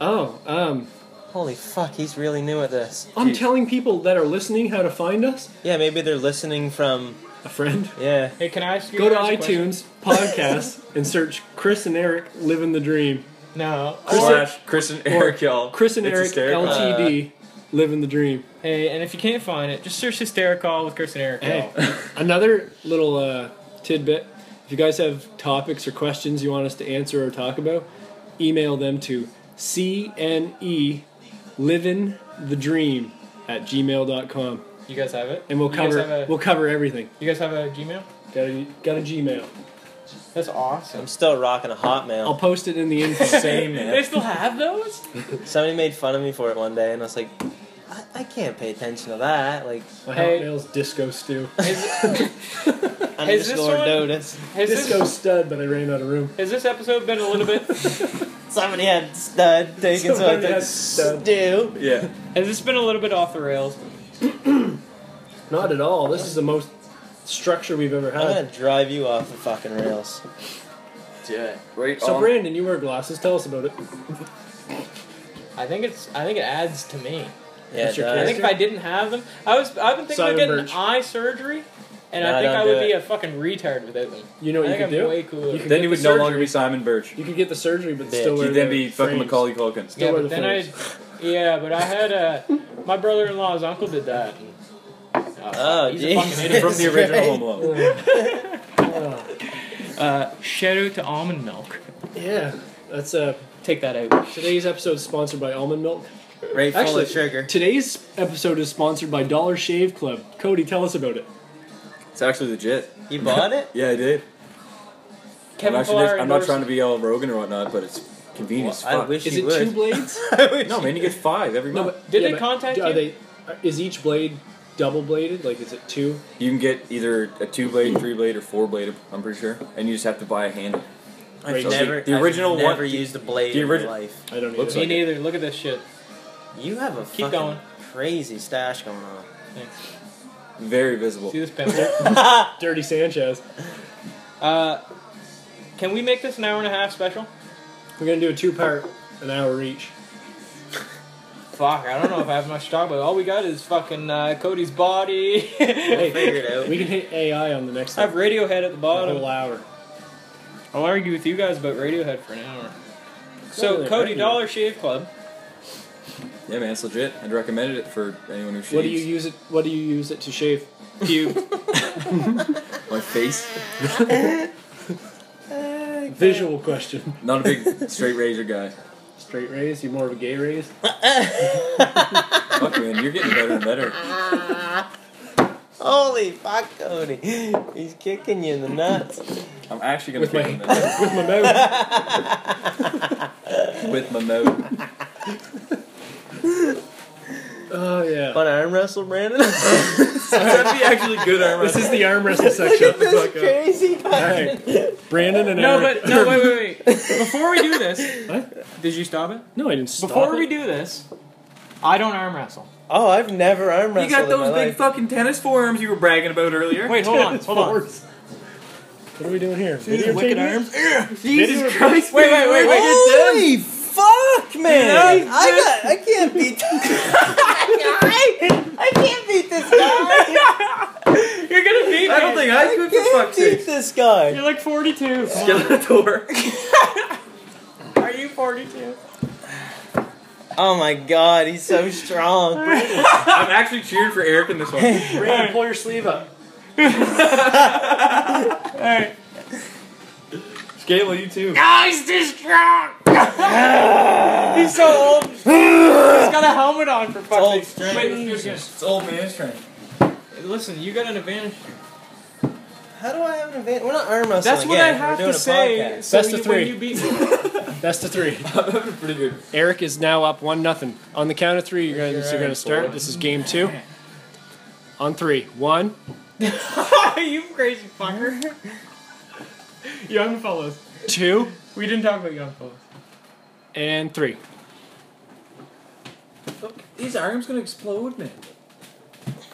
A: Oh, um,
B: Holy fuck, he's really new at this.
A: I'm
C: Jeez.
A: telling people that are listening how to find us.
B: Yeah, maybe they're listening from.
A: A friend.
B: Yeah.
E: Hey, can I ask you?
A: Go to
E: guys a question?
A: iTunes, podcasts, and search Chris and Eric living the dream.
E: No.
C: Slash Chris and Eric, y'all.
A: Chris and
C: It's
A: Eric
C: hysterical. Uh,
A: LTD living the dream.
E: Hey, and if you can't find it, just search hysterical with Chris and Eric.
A: Hey, another little uh, tidbit. If you guys have topics or questions you want us to answer or talk about, email them to CNE living the dream at gmail.com
E: You guys have it.
A: and we'll
E: You guys
A: cover
E: have a-
A: we'll cover everything.
E: You guys have a Gmail?
A: Got a, got a Gmail.
E: That's awesome.
B: I'm still rocking a
A: I'll
B: hotmail.
A: post it in the info.
C: Same
E: They
C: man.
E: still have those?
B: Somebody made fun of me for it one day, and I was like, I, I can't pay attention to that. Like,
A: My
E: Hey.
A: Hotmail's disco stew.
E: Is this
B: underscore
E: one-
B: notice.
E: Has
A: Disco
E: this,
A: stud, but I ran out of room.
E: has this episode been a little bit? Has
B: Somebody had stud taken, so I
A: Somebody
B: took
A: had stud.
B: stew.
C: Yeah.
E: this been a little bit off the rails?
A: Not at all. This is the most structure we've ever
B: I'm
A: had.
B: gonna drive you off the fucking rails.
C: Yeah. Right
A: So
C: on.
A: Brandon, you wear glasses. Tell us about it.
E: I think it's. I think it adds to me.
B: Yeah,
A: That's your
E: I
B: does.
E: think if I didn't have them, I was. I've been thinking
A: Simon
E: about getting
A: Birch.
E: eye surgery, and
B: No,
E: I think
B: don't
E: I
B: do
E: would be
B: it.
E: a fucking retard without them.
A: You know what
E: I
A: you
E: think
A: could
E: I'm
A: do?
E: way cooler.
A: You could
C: Then
A: get
C: you would
A: the
C: no
A: surgery.
C: longer be Simon Birch.
A: You could get the surgery, but still
B: Bitch.
A: wear
C: You'd then
A: the
C: be fucking
A: frames.
C: Macaulay Culkin.
A: Still
E: yeah,
A: wear
E: but
A: the
E: then I. Yeah, but I had uh, my brother-in-law's uncle did that. and-
B: Oh,
E: he's a fucking
B: Jesus.
E: idiot.
C: From the original Home Alone.
E: Uh, shout out to almond milk.
A: Yeah, that's uh,
E: Take that out.
A: today's episode is sponsored by almond milk.
B: Right full
A: Actually,
B: of sugar.
A: Today's episode is sponsored by Dollar Shave Club. Cody, tell us about it.
C: It's actually legit.
B: You bought it?
C: Yeah, I did. I'm,
E: Kevin
C: actually just-
E: Pillar.
C: I'm not trying to be all Rogan or whatnot, but it's convenient as
B: I
C: fuck.
B: wish
A: Is
B: you
A: it
B: would.
A: two blades?
C: No, man, you get five every month.
E: Did they contact
A: are
E: you?
A: They, uh, is each blade double bladed? Like, is it two?
C: You can get either a two blade, three blade, or four blade. I'm pretty sure, and you just have to buy a handle.
B: I've
A: So
B: never,
C: the original
B: I've never
C: one-
B: used a blade
C: the
B: in
C: origi-
B: my life.
A: I don't know.
C: Looks
E: Me neither. Look at this shit.
B: You have a
E: Keep
B: fucking
E: going.
B: crazy stash going on.
E: Thanks.
C: Very visible.
E: See this pimple?
A: Dirty Sanchez.
E: uh, can we make this an hour and a half special?
A: We're gonna do a two part, an hour each.
E: Fuck, I don't know if I have much to talk about. All we got is fucking uh, Cody's body. I
A: Hey,
B: Figure it out.
A: We can hit AI on the next
E: have
A: one.
E: Radiohead at
A: A
E: the
A: whole
E: bottom.
A: hour.
E: I'll argue with you guys about Radiohead for an hour.
A: Not
E: So,
A: really
E: Cody,
A: Radiohead.
E: Dollar Shave Club.
C: Yeah, man, it's legit. I'd recommend it for anyone who shaves.
A: What do you use it? What do you use it to shave?
E: Cube.
C: My face.
A: Visual question.
C: Not a big straight razor guy.
A: Straight raise? You more of a gay raise?
C: Fuck man, you're getting better and better.
B: Holy fuck, Cody. He's kicking you in the nuts.
C: I'm actually gonna
A: With
C: kick
A: my-
C: him in the-
A: With my mouth.
C: with my mouth.
A: Oh, yeah.
B: Want to arm wrestle, Brandon?
E: Oh,
B: this
C: That'd be actually good armor.
A: This is the arm wrestle section. Shut the
B: is
A: fuck up.
B: crazy.
A: All right. Brandon and
E: No,
A: Eric.
E: but no, wait, wait, wait. Before we do this, did you stop it?
A: No, I didn't stop
E: Before
A: it.
E: we do this, I don't arm wrestle.
B: Oh, I've never arm wrestled.
C: You got
B: in my
C: those big
B: life.
C: fucking tennis forearms you were bragging about earlier.
E: Wait, hold on, hold on.
A: Force. What are we doing here?
B: These
A: Videotape
B: wicked
A: this?
B: arms.
C: Jesus Christ!
E: Wait, wait, wait, wait.
B: Holy fuck, man!
C: Yeah.
B: I, got, I can't beat this guy. I can't beat this guy.
E: You're gonna beat
C: I don't
E: me.
C: think I
B: I
C: could for
B: can't
C: fuck's
B: beat
C: sake.
B: this guy.
E: You're like 42. Come on.
C: Skeletor.
E: Are you 42?
B: Oh my god, he's so strong.
C: I'm actually cheering for Eric in this one.
A: Brandon, pull your sleeve up.
E: All right.
C: Scale, you too.
E: He's so old. He's got a helmet on for
B: old
E: fuck's sake.
B: strength.
E: Wait, let's do it
C: It's old man's train.
E: again. Listen, you got an advantage.
B: How do I have an advantage? We're not arm wrestling.
E: That's what
B: again.
E: I
B: We're
E: have
B: doing
E: to
B: a
E: say.
B: podcast.
E: So
A: Best of
E: you,
A: three.
E: When you beat me.
A: Best of three.
C: Pretty good.
A: Eric is now up one nothing. On the count of three, you're going to start. This is game two. On three, one.
E: you crazy fucker. young fellows.
A: two,
E: We didn't talk about young fellows.
A: and three.
C: These arms gonna explode, man.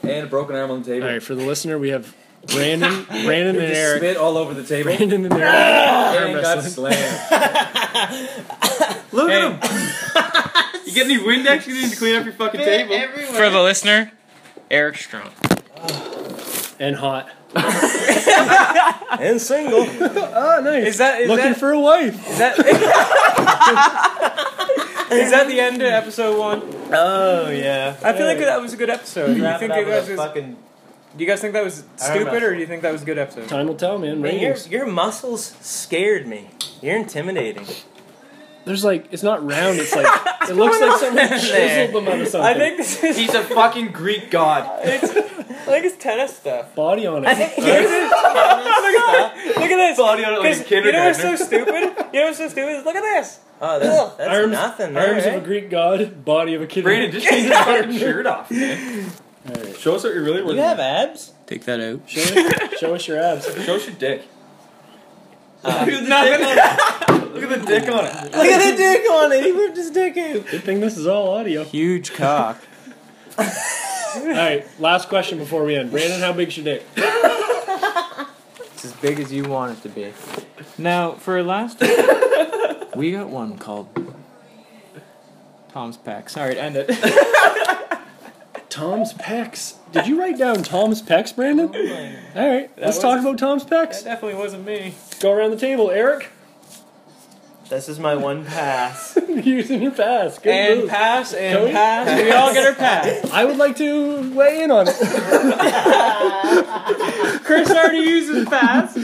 C: And a broken arm on the table.
A: All right, for the listener, we have Brandon, Brandon and
C: Just
A: Eric,
C: spit all over the table.
A: Brandon and Eric.
C: and got
A: wrestling.
C: slammed. Look at him. you get any Windex? You need to clean up your fucking table.
E: For the listener, Eric Strong.
A: and hot.
B: And single.
A: Oh, nice.
E: Is that is
A: Looking
E: that,
A: for a wife.
E: is that is that the end of episode one?
B: Oh yeah.
E: I feel like that was a good episode. Do you
B: Wrap
E: think
B: it
E: that
B: up with
E: was
B: a fucking.
E: do you guys think that was stupid or do you think that was a good episode?
A: Time will tell, man.
B: Man, your,
A: Ratings.
B: your muscles scared me. You're intimidating.
A: There's like, it's not round. It's like, it looks like someone
B: there?
A: chiseled them out of something.
E: I think this is
C: He's a fucking Greek god.
E: I think it's tennis stuff.
A: body on it.
E: Look at this.
C: Body on it like a
E: 'Cause you know what's so
C: kindergartner.
E: stupid? You know what's so stupid? Is Look at this.
B: Oh, that's, that's
A: Arms,
B: nothing. there,
A: arms
B: eh?
A: of a Greek god, body of a kid.
C: Brandon, just take your fucking shirt off, man.
A: Alright.
C: Show us what you're really
B: You
C: worth.
B: have abs.
C: Take that out.
A: show, us, show us your abs.
C: Show us your dick.
B: Uh,
C: Look at the dick on it.
B: Look at the dick on it. He ripped his dick out.
A: Good thing this is all audio.
B: Huge cock.
A: All right, last question before we end. Brandon, how big's your dick?
E: It's as big as you want it to be. Now, for last we got one called Tom's Pack. Sorry to end it.
A: Tom's pecs. Did you write down Tom's pecs, Brandon? All right, let's
E: Oh, was-
A: talk about Tom's pecs.
E: definitely wasn't me.
A: Go around the table, Eric.
B: This is my one pass.
A: Using your pass. Good
E: And
A: move.
E: pass and
A: Cody?
E: pass. We all get our pass.
A: I would like to weigh in on it.
E: Chris already uses pass.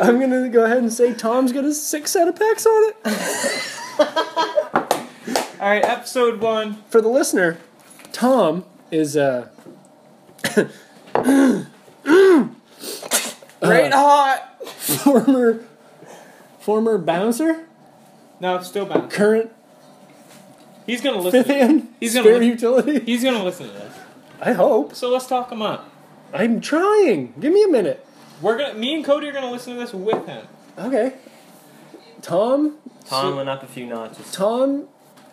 A: I'm gonna go ahead and say Tom's got a six set of pecs on it.
E: All right, episode one.
A: For the listener, Tom is uh,
E: Great hot.
A: former former bouncer,
E: No, I'm still bound.
A: current
E: He's gonna listen.
A: fifth hand
E: He's gonna
A: spare
E: li-
A: utility.
E: He's gonna listen to this.
A: I hope.
E: So let's talk him up.
A: I'm trying. Give me a minute.
E: We're gonna. Me and Cody are gonna listen to this with him.
A: Okay. Tom,
B: Tom went up a few notches.
A: Tom,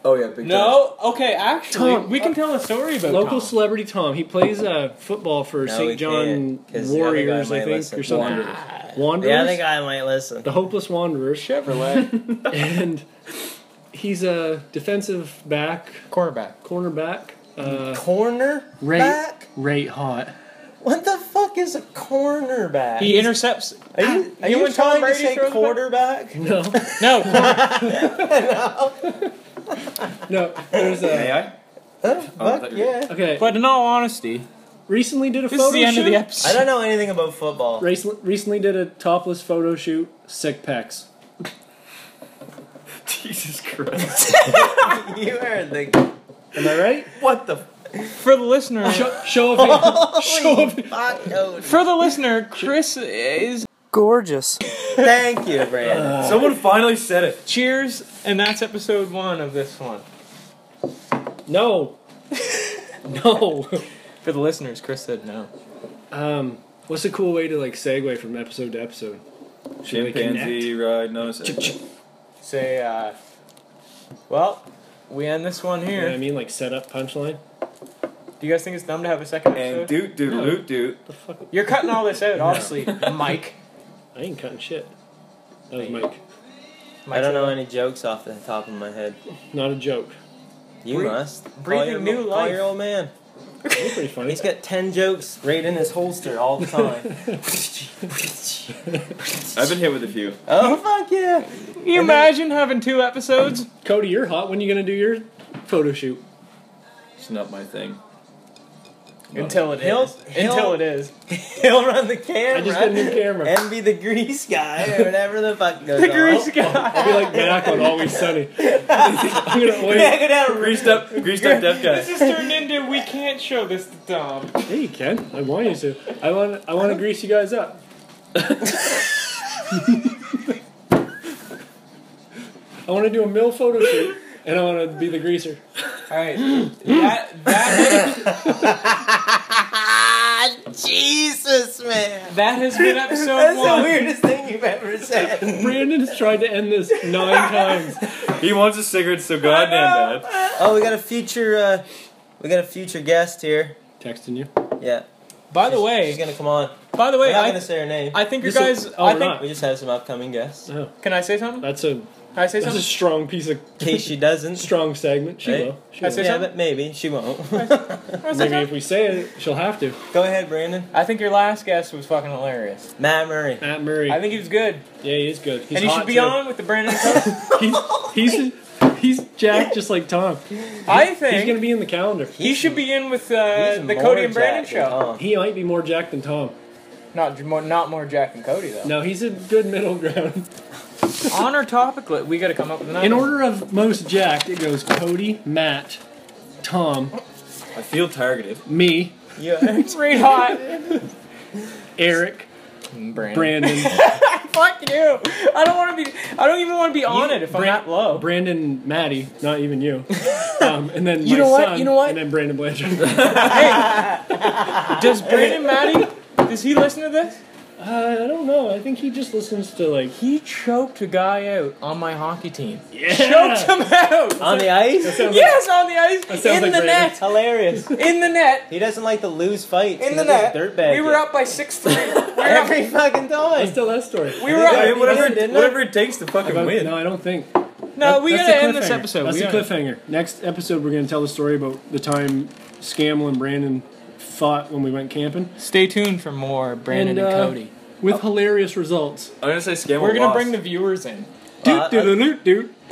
C: Oh yeah, big
E: No. Okay. Actually,
A: Tom.
E: we can tell a story about
A: local
E: Tom.
A: celebrity Tom. He plays uh, football for
B: No, we
A: St. John
B: can't, 'cause the other guy
A: Warriors, I
B: might
A: think,
B: listen.
A: or something.
C: Wanderers.
A: Wanderers.
B: The other guy might listen.
A: the hopeless Wanderers.
E: Chevrolet
A: and he's a defensive back,
E: cornerback.
A: cornerback. Uh,
B: Corner
A: rate,
B: back?
A: rate hot.
B: What the fuck is a cornerback?
E: He intercepts.
B: are you,
E: Ah,
B: are you,
E: when Tom
B: trying to
E: Brady
B: say
E: throws the ball?
B: quarterback?
A: No,
E: No. corner-
A: no. There's a
C: I?
B: Oh,
C: Oh, I
B: fuck
C: thought you were-
B: yeah.
A: okay.
E: but in all honesty,
A: recently did a
E: This
A: photo
E: is the end
A: shoot.
E: of the episode.
B: I don't know anything about football.
A: Recently, recently did a topless photo shoot. Sick pecs.
C: Jesus Christ.
B: you are the.
A: Am I right?
B: What the
E: For the listener,
A: Show, show of hands. show of
B: fuck? No.
E: for the listener, Chris is
D: Gorgeous.
B: Thank you, Brandon.
C: Someone finally said it.
E: cheers, and that's episode one of this one.
A: No. no.
E: For the listeners, Chris said no.
A: Um, what's a cool way to like segue from episode to episode? Should we
C: Chimpanzee ride nose.
E: Say, uh, well, we end this one
A: You
E: here.
A: know what I mean? Like set up punchline.
E: Do you guys think it's dumb to have a second
C: And
E: episode?
C: doot doot loot doot.
A: The fuck?
E: You're cutting all this out, obviously, Mike.
A: I ain't cutting shit. That was Mike.
B: I don't know any jokes off the top of my head.
A: Not a joke.
B: You
E: Breathe-
B: must. Call
E: breathing
B: your-
E: new
B: call
E: life.
B: your old man.
A: That was pretty funny.
B: He's got ten jokes right in his holster all the time.
C: I've been hit with a few.
B: oh fuck yeah!
E: Can you imagine having two episodes?
A: Cody, you're hot. When you gonna do your photo shoot?
C: It's not my thing.
E: Until it
B: He'll-
E: is. Until
B: he'll-
E: it is.
B: He'll run the
A: I
B: camera.
A: just got a new camera.
B: and be the grease guy or whatever the fuck goes
E: The
B: on.
E: grease guy.
A: I'll be like back on Always Sunny. I'm gonna
B: Yeah,
A: wait.
B: go down.
C: Greased up, greased up deaf
E: This
C: guy.
E: has turned into we can't show this to Dom.
A: Hey, you can. I want you to. I want. I want to grease you guys up. I want to do a mill photo shoot, and I want to be the greaser.
E: All right, that that
B: Ah, Jesus, man.
E: that has been episode
B: That's
E: one.
B: the weirdest thing you've ever said.
A: Brandon's tried to end this nine times.
C: He wants a cigarette so goddamn bad.
B: Oh, we got a future. Uh, we got a future guest here.
A: Texting you.
B: Yeah.
E: By the
B: she's
E: way,
B: gonna come on.
E: by the
B: We're
E: way,
B: not gonna
E: I,
B: say her name.
E: I think you
A: This is-
E: guys.
A: oh,
E: I
A: we're
E: think.
A: not.
B: we just have some upcoming guests.
A: Oh,
E: Can I say something?
A: that's a
E: Can I say
A: that's a
E: something?
A: strong piece of
B: In case she doesn't.
A: strong segment. She
B: Right?
A: will. She
E: That's
A: will.
E: it.
B: Yeah, but maybe she won't.
E: Can I say
A: Maybe if
E: something?
A: we say it, she'll have to.
B: Go ahead, Brandon.
E: I think your last guest was fucking hilarious.
B: Matt Murray.
A: Matt Murray.
E: I think he was good,
A: yeah, he is good. He's
E: and you
A: hot,
E: should be
A: too.
E: on with the Brandon. Cook.
A: He's he's he's Jack just like Tom.
E: I
A: He's
E: think
A: gonna be in the calendar.
E: he should be in with
B: He's
E: uh, the
B: more
E: Cody and Brandon
B: jacked
E: show.
B: than Tom.
A: He might be more Jack than Tom.
E: Not j- more, not more Jack and Cody though.
A: No, he's a good middle ground.
E: On our topic, li- we got to come up with another.
A: In order of most Jack, it goes Cody, Matt, Tom,
C: I feel targeted.
A: me,
B: You
E: it's red hot.
A: Eric,
E: Brandon.
A: Brandon.
E: Fuck you. I don't want to be. I don't even want to be on it if
A: Bran-
E: I'm that low.
A: Brandon, Matty, not even you. Um, and then
E: You
A: my
E: know what?
A: son,
E: You know what?
A: And then Brandon Blanchard. Uh,
E: Does Brandon Matty? Does he listen to this?
A: Uh, I don't know. I think he just listens to like.
E: He choked a guy out on my hockey team.
A: Yeah.
E: Choked him out.
B: on the ice.
A: Sounds like-
E: Yes, on the ice,
A: sounds
E: in
A: like
E: the
A: Brandon.
E: net,
B: Hilarious.
E: in the net,
B: He doesn't like to lose fights.
E: in
B: He's
E: the
B: a big
E: net.
B: Dirtbag.
E: We were up by six three. We were up.
B: every fucking
A: Let's
B: time.
A: tell that story.
E: We were
C: I mean,
E: up.
C: whatever,
B: didn't I?
C: whatever it takes to fucking
A: About-
C: win.
A: No, I don't think.
E: No,
A: That-
E: Uh, we
A: that's
E: gotta
A: the
E: end this
A: cliffhanger.
E: episode.
A: That's
E: We
A: the
E: gotta-
A: cliffhanger. Next episode, we're going to tell the story about the time Scamble and Brandon fought when we went camping
E: Stay tuned for more Brandon
A: And,
E: and,
A: uh,
E: Cody.
A: with hilarious results.
C: I'm gonna say scam.
E: We're gonna bring the viewers in.
B: Well, I-
A: Doot doot doot doot.